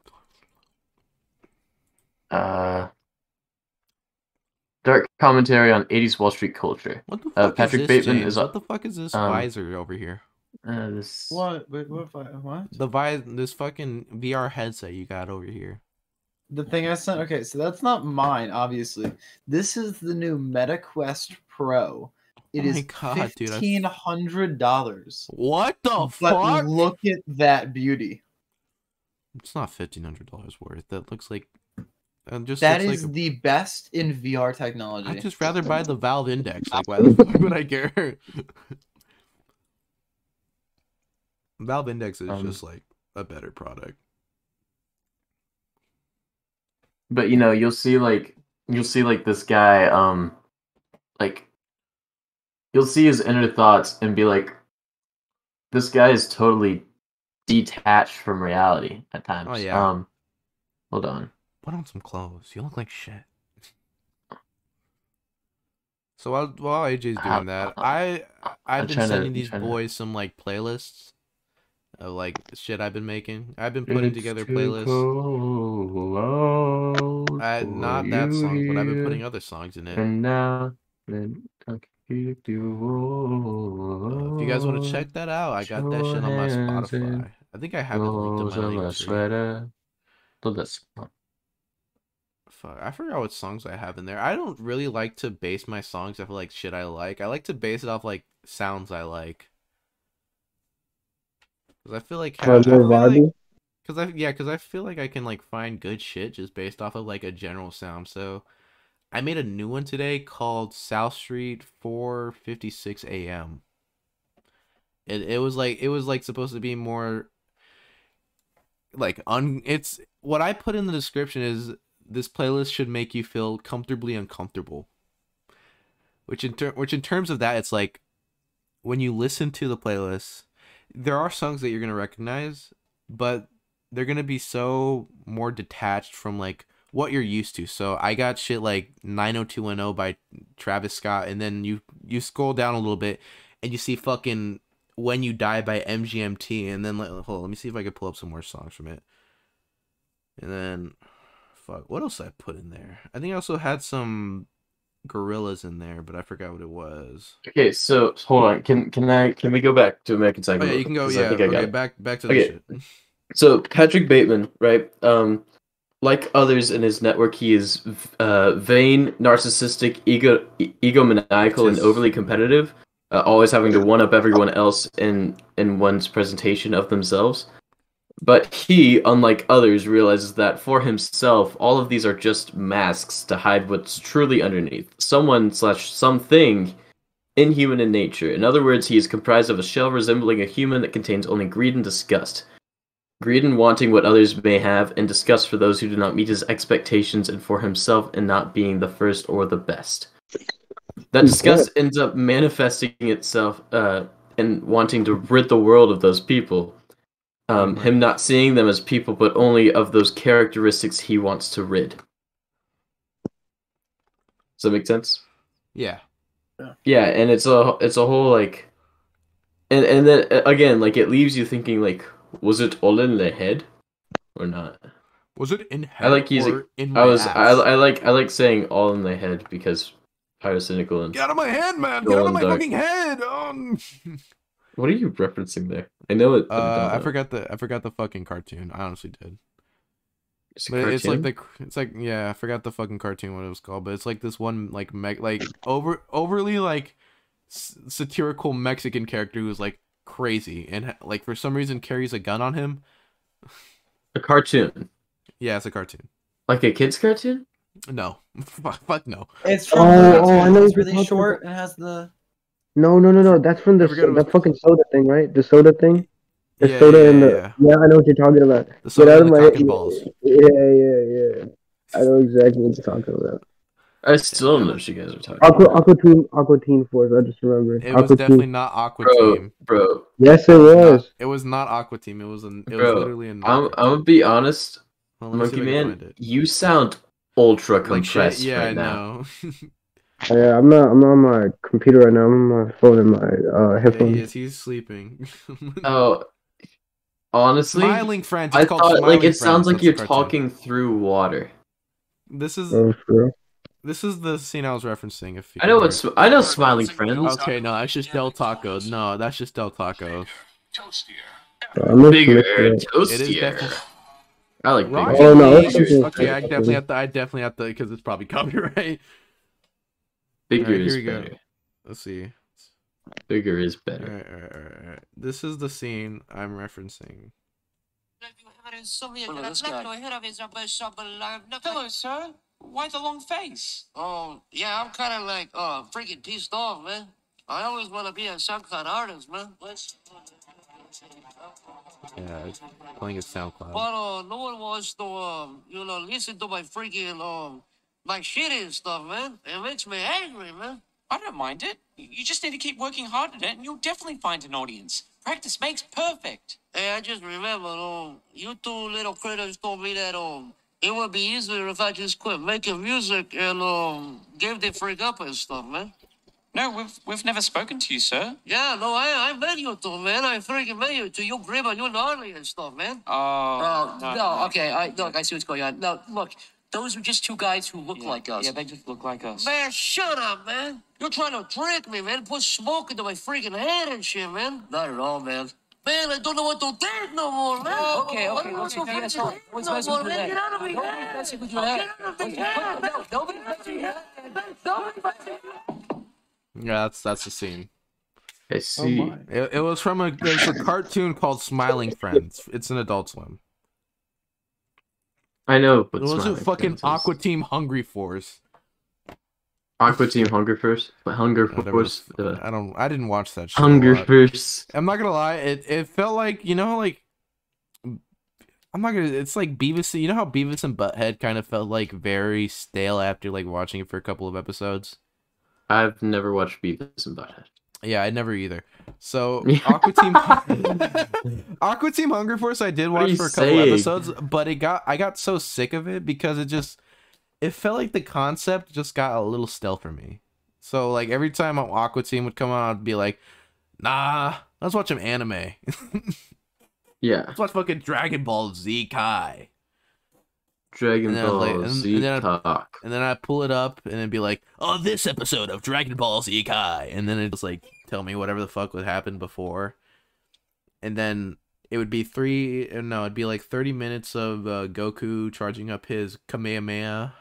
S1: Uh. Dark commentary on 80s Wall Street culture.
S2: what the fuck
S1: Uh,
S2: is
S1: Patrick
S2: this,
S1: Bateman
S2: James?
S1: is a-
S2: what the fuck is this
S1: um,
S2: visor over here?
S1: Uh, this.
S3: What? Wait, what? if I- What?
S2: The vi- this fucking VR headset you got over here.
S3: The thing I sent. Okay, so that's not mine, obviously. This is the new MetaQuest Pro. It
S2: Oh
S3: is
S2: my God, dude, I-
S3: fifteen hundred dollars.
S2: What the
S3: But
S2: fuck?
S3: look at that beauty.
S2: It's not fifteen hundred dollars worth. That looks like uh, just
S3: That
S2: looks
S3: is
S2: like
S3: the best in VR
S2: a-
S3: technology.
S2: I'd just rather buy the Valve Index. Like, why the fuck would I care? Valve Index is
S1: Um,
S2: just like a better product.
S1: but you know you'll see like you'll see like this guy um like you'll see his inner thoughts and be like this guy is totally detached from reality at times
S2: Oh, yeah.
S1: um hold on
S2: Put on some clothes. You look like shit. So while while AJ's
S1: Uh,
S2: doing that, I I've
S1: I'm
S2: been
S1: trying to-
S2: sending
S1: I'm
S2: these
S1: trying to-
S2: boys some like playlists of like shit I've been making. I've been
S1: It's
S2: putting together
S1: too
S2: playlists.
S1: cold
S2: I, not
S1: for
S2: that
S1: you
S2: song, but I've been
S1: here,
S2: putting other songs in it.
S1: and now then I keep you
S2: Uh, if you guys
S1: Oh,
S2: want to check that out, I got that shit on my
S1: Johansen
S2: Spotify. I think I have it
S1: rolls
S2: linked in my
S1: of a
S2: link tree.
S1: sweater. Love that song.
S2: Fuck, I forgot what songs I have in there. I don't really like to base my songs off of, like shit I like. I like to base it off like sounds I like. Cause I feel like ha- I
S4: Like,
S2: feel
S4: more
S2: like-
S4: vibey?
S2: Cause I yeah, cause I feel like I can like find good shit just based off of like a general sound. So, I made a new one today called South Street four fifty six a.m. It it was like it was like supposed to be more like un. It's what I put in the description is this playlist should make you feel comfortably uncomfortable. Which in ter- which in terms of that, it's like when you listen to the playlist, there are songs that you're gonna recognize, but they're gonna be so more detached from like what you're used to. So I got shit like 90210 by Travis Scott, and then you you scroll down a little bit, and you see fucking When You Die by MGMT, and then like, hold on, let me see if I can pull up some more songs from it, and then fuck, what else I put in there? I think I also had some gorillas in there, but I forgot what it was.
S1: Okay, so hold on. Can can I can we go back to American
S2: Oh
S1: Psycho?
S2: yeah, you can go.
S1: 'Cause
S2: Yeah,
S1: I think I got
S2: okay,
S1: it.
S2: back back to the
S1: Okay.
S2: shit.
S1: So Patrick Bateman, right? Um, like others in his network, he is uh, vain, narcissistic, ego, e- egomaniacal, and
S2: Yes.
S1: overly competitive, uh, always having to one up everyone else in in one's presentation of themselves. But he, unlike others, realizes that for himself, all of these are just masks to hide what's truly underneath. Someone slash something inhuman in nature. In other words, he is comprised of a shell resembling a human that contains only greed and disgust. Greed and wanting what others may have, and disgust for those who do not meet his expectations and for himself in not being the first or the best. That disgust ends up manifesting itself uh, in wanting to rid the world of those people. Um, him not seeing them as people, but only of those characteristics he wants to rid. Does that make sense?
S2: Yeah.
S1: yeah and it's a it's a whole like and and then uh, again like it leaves you thinking like was it all in the head or not
S2: Was it in
S1: I like
S2: head
S1: using-
S2: or in
S1: i
S2: my
S1: was I,
S2: ass?
S1: I like i like saying all in the head because pyrocynical and
S2: Get out of my head, man! Get
S1: Go
S2: out of
S1: on,
S2: my
S1: Doug.
S2: fucking head! Um...
S1: what are you referencing there i know it
S2: Uh, I forgot the I forgot the fucking cartoon. I honestly did.
S1: it's, a
S2: But it's like
S1: cartoon?
S2: the it's like yeah, I forgot the fucking cartoon what it was called. But it's like this one like me- like over overly like s- satirical Mexican character who's like crazy and like for some reason carries a gun on him.
S1: a cartoon
S2: Yeah, it's a cartoon.
S5: Like a kids cartoon?
S2: No, fuck, fuck no.
S3: It's from.
S4: Oh, oh, I know
S3: It's
S4: what you're
S3: really
S4: talking
S3: short and has the.
S4: No, no, no, no. That's from the
S2: I forgot it
S4: so-
S2: was-
S4: that fucking soda thing, right? The soda thing. The
S2: yeah,
S4: soda
S2: yeah,
S4: and the
S2: yeah,
S4: yeah.
S2: yeah.
S4: I know what you're talking about.
S2: the
S4: Get
S2: soda
S4: out
S2: and
S4: of
S2: the
S4: my
S2: cock and balls.
S4: Yeah, yeah, yeah. I know exactly what you're talking about.
S5: I still don't know what you guys are talking
S4: Aqua,
S5: about.
S4: Aqua Teen, Aqua Teen Force. I just remember.
S2: It
S4: Aqua
S2: was definitely
S4: Teen.
S2: not Aqua
S5: Bro,
S2: Team.
S5: bro,
S4: Yes, it
S2: Not-
S4: was.
S2: it was not Aqua Team. It was an. It was
S5: Bro,
S2: literally a.
S5: I'm, I'm
S2: knocker.
S5: gonna be honest,
S2: Hold on, let me
S5: Monkey
S2: see if I can find
S5: Man,
S2: it.
S5: you sound ultra
S2: Like shit,
S5: compressed
S2: yeah, I
S5: right now.
S2: know.
S4: Yeah, uh, I'm not. I'm not on my computer right now. I'm on my phone and my uh,
S2: yeah, he
S4: headphones.
S2: is. He's sleeping.
S5: Oh, honestly,
S2: Smiling Friends. It's
S5: I
S2: called
S5: thought like
S2: Smiling
S5: it
S2: Friends,
S5: sounds like
S2: that's
S5: you're
S2: the cartoon.
S5: talking through water.
S2: This is
S4: Oh, for real.
S2: this is the scene I was referencing. If you
S5: I know
S2: remember.
S5: what's I know smiling friends.
S2: Okay, no, that's just Del Taco. No, that's just Del Taco.
S4: I'm not
S5: Bigger,
S4: familiar with it.
S2: It is
S5: toastier.
S2: definitely.
S5: I like
S2: Rocket
S5: bigger.
S4: Oh, no,
S2: League.
S4: it's okay.
S2: Okay, I definitely have to. I definitely have to because it's probably copyright.
S5: Bigger
S2: Alright,
S5: is
S2: here we go.
S5: better.
S2: Let's see.
S5: Bigger is
S2: All
S5: better.
S2: right, all right, all right, all right. This is the scene I'm referencing.
S6: Hello, this guy. Hello, sir. Why the long face? Oh, yeah, I'm kind of like, uh, freaking pissed off, man. I always want to be a some kind of artist, man.
S2: Yeah, it's playing at SoundCloud.
S6: But, uh, no one wants to, um, you know, listen to my freaking, um, my shit and stuff, man. It makes me angry, man.
S7: I don't mind it. You just need to keep working hard at it, and you'll definitely find an audience. Practice makes perfect.
S6: Hey, I just remembered, um, you two little critters told me that, um, it would be easier if I just quit making music and, um, gave the freak up and stuff, man.
S7: No, we've we've never spoken to you, sir.
S6: Yeah, no, I, I met you two, man. I freaking met you two. You grab on you gnarly and stuff, man.
S7: Oh,
S6: Oh, no, okay. I Look, I see what's going on. No, look, those are just two guys who look like us.
S7: Yeah, they just look like us.
S6: Man, shut up, man. You're trying to trick me, man. Put smoke into my freaking head and shit, man. Not at all, man. Man, I don't know what to think no more, man.
S7: Oh, okay,
S6: I
S7: okay,
S6: don't know what
S7: okay,
S6: to
S7: okay, that's
S6: freaking
S7: fine.
S6: think
S7: What's
S6: no
S7: messing
S6: more,
S7: with your
S6: man.
S7: head?
S6: Get out of me,
S7: Nobody's
S6: man.
S7: messing with your
S6: Get
S7: head.
S6: out of me,
S7: Okay,
S6: man.
S7: no, nobody's messing with your
S6: Nobody's messing with your head.
S2: Yeah, that's that's the scene.
S5: I
S2: Oh,
S5: see.
S3: oh my.
S2: It, it was from a it was a cartoon called Smiling Friends. It's an Adult Swim.
S5: I know, but
S2: it was a
S5: Smiling
S2: fucking
S5: Friends is-
S2: Aqua Team Hungry Force.
S5: Aqua Team Hunger First, but Hunger
S2: Whatever
S5: Force,
S2: the-
S5: uh,
S2: I don't. I didn't watch that. Shit a
S5: Hunger
S2: lot.
S5: First.
S2: I'm not gonna lie, it it felt like you know like I'm not gonna it's like Beavis you know how Beavis and Butthead kind of felt like very stale after like watching it for a couple of episodes?
S5: I've never watched Beavis and Butthead.
S2: Yeah, I never either. So
S5: Yeah.
S2: Aqua Team Aqua Team Hunger Force I did
S5: What are
S2: watch
S5: you
S2: for a couple
S5: saying?
S2: episodes, but it got I got so sick of it because it just it felt like the concept just got a little stale for me. So like every time an Aqua Team would come on, I'd be like, nah, let's watch some anime.
S5: Yeah,
S2: Let's watch fucking Dragon Ball Z Kai.
S5: Dragon
S2: And then I
S5: Ball
S2: play- and-
S5: Z
S2: and then
S5: cock.
S2: And then I pull it up and it'd be like, oh, this episode of Dragon Ball Z Kai. And then it just like tell me whatever the fuck would happen before. And then it would be three, no, it'd be like 30 minutes of uh, Goku charging up his Kamehameha.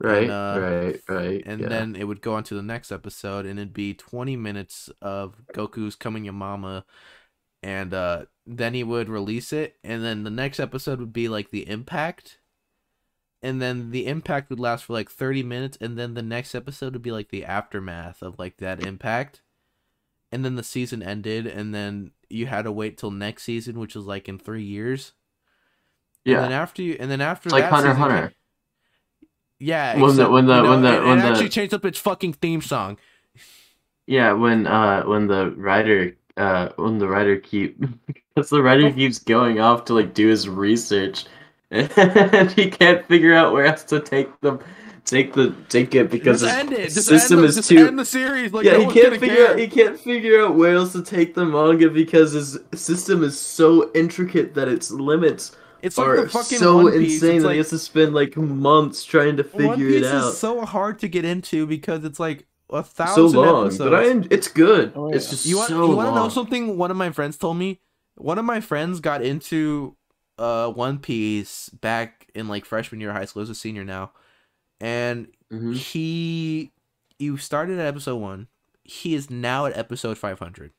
S5: Right,
S2: and, uh,
S5: right, right.
S2: And
S5: yeah.
S2: then it would go on to the next episode and it'd be 20 minutes of Goku's coming your mama. And uh, then he would release it. And then the next episode would be like the impact. And then the impact would last for like 30 minutes. And then the next episode would be like the aftermath of like that impact. And then the season ended. And then you had to wait till next season, which was like in three years. And then
S5: yeah,
S2: after you, and then after
S5: it's like
S2: that
S5: Hunter
S2: season-
S5: Hunter.
S2: yeah,
S5: When the- when the- when the-
S2: it, it
S5: when the-
S2: actually changed up its fucking theme song.
S5: Yeah, when uh when the writer uh when the writer keep because the writer keeps going off to like do his research and he can't figure out where else to take them take the take it because
S2: just
S5: his
S2: end it. Just
S5: system
S2: end the,
S5: is
S2: just
S5: too
S2: end the series. Like,
S5: yeah
S2: no
S5: he
S2: one's
S5: can't
S2: gonna
S5: figure
S2: care.
S5: out he can't figure out where else to take the manga because his system is so intricate that its limits
S2: It's like
S5: are
S2: the fucking
S5: so
S2: One Piece.
S5: insane
S2: It's
S5: that
S2: like,
S5: he has to spend like months trying to figure
S2: One Piece
S5: it out.
S2: is so hard to get into because it's like a
S5: so
S2: thousand
S5: long,
S2: episodes.
S5: but I en- it's good.
S3: Oh,
S5: It's
S3: yeah.
S5: just
S2: you want
S5: so
S2: you want
S5: long.
S2: to know something? One of my friends told me. One of my friends got into uh One Piece back in like freshman year of high school. He's a senior now, and
S5: Mhm.
S2: he you started at episode one. He is now at episode five hundred.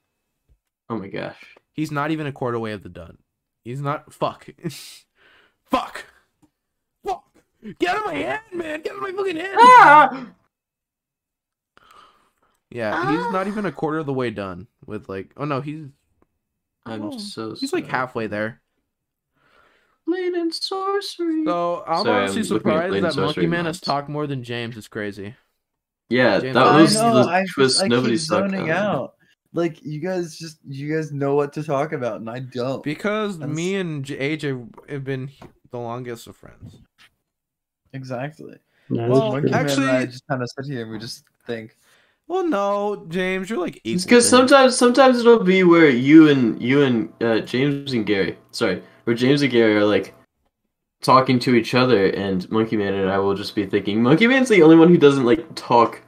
S5: Oh my gosh.
S2: He's not even a quarter way of the done. He's not fuck. fuck. Get out of my hand, man! Get out of my fucking hand!
S3: Ah!
S2: Yeah, he's not even a quarter of the way done with like. Oh no, he's
S5: I'm
S2: Oh,
S5: so
S2: he's like
S5: sorry.
S2: halfway there.
S5: Blade and sorcery.
S2: So I'm honestly
S5: Sorry, I'm looking at
S2: surprised
S5: Blade
S2: that
S5: Sorcery
S2: Monkey Man has
S5: Minds.
S2: talked more than James. It's crazy.
S5: Yeah,
S2: James-
S5: that
S2: I
S5: was
S2: know,
S5: the
S3: just-
S5: twist
S3: keep
S5: nobody saw
S3: zoning
S5: coming.
S3: out. Like you guys just you guys know what to talk about, and I don't.
S2: Because
S3: That's-
S2: me and J- AJ have been the longest of friends.
S3: Exactly.
S4: Nah, that's
S2: Well,
S4: pretty-
S2: I-
S3: Actually, and I
S2: actually-
S3: just kind of sit here and we just think.
S2: Well, no, James, you're like equal.
S5: Because
S2: to-
S5: sometimes, sometimes it'll be where you and you and uh, James and Gary, sorry, where James and Gary are like talking to each other, and Monkey Man and I will just be thinking, Monkey Man's the only one who doesn't like talk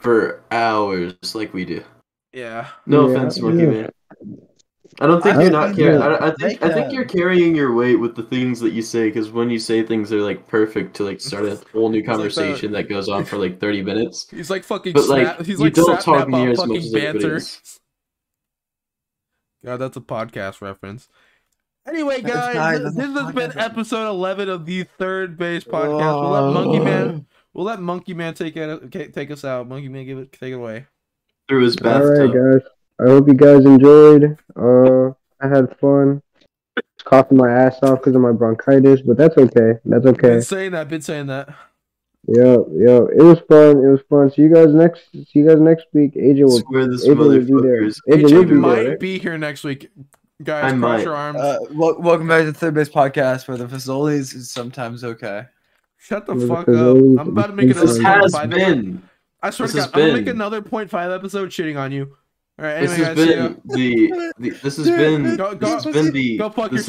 S5: for hours like we do.
S2: yeah.
S5: No
S4: Yeah,
S5: offense, Monkey
S4: yeah.
S5: Man. I don't think
S3: I
S5: you're
S3: don't
S5: not
S4: think
S5: carrying.
S4: that-
S5: I, I think
S3: make
S5: I think
S3: that-
S5: you're carrying your weight with the things that you say because when you say things, they're like perfect to like start a whole new
S2: like that-
S5: conversation that goes on for like thirty minutes.
S2: He's like fucking.
S5: But, like,
S2: snap, he's
S5: you
S2: like
S5: don't
S2: snap
S5: talk
S2: nap on
S5: near as much
S2: fucking
S5: as everybody
S2: banter.
S5: else.
S2: God, that's a podcast reference. Anyway,
S3: That's
S2: guys,
S3: right,
S2: this,
S3: that's a
S2: this has been
S3: podcast reference.
S2: episode eleven of the Third Base Podcast. we'll let Monkey Man. We'll let Monkey Man take it. ca- Take us out. Monkey Man, give it. Take it away.
S5: Through his
S4: all right,
S5: bathtub.
S4: guys. I hope you guys enjoyed. Uh, I had fun. Coughing my ass off because of my bronchitis, but that's okay. That's okay.
S2: Been saying that. Been saying that.
S4: Yo, yo, it was fun. It was fun. See you guys next. See you guys next week. AJ will.
S5: Swear this
S4: AJ will be there.
S5: motherfucker is
S4: AJ will
S2: AJ
S4: be
S2: might
S4: there.
S2: be here next week. Guys,
S5: I
S2: cross
S5: might.
S2: your arms.
S3: Uh, wel- welcome back to Third Base Podcast, where the Fazoli's is sometimes okay.
S2: Shut the
S4: Because
S2: fuck up.
S4: always-
S2: I'm about to make
S4: This
S2: another
S5: This
S4: Sorry.
S2: point
S5: has
S2: five.
S5: been.
S2: I swear to
S5: this
S2: God,
S5: has
S2: I'm gonna make
S5: been-
S2: another point five episode shitting on you. All right,
S5: This
S2: anyway,
S5: has
S2: guys, see ya.
S5: been the, the. This has been.
S2: Go- go-
S5: This has been the.
S2: go fuck
S5: this has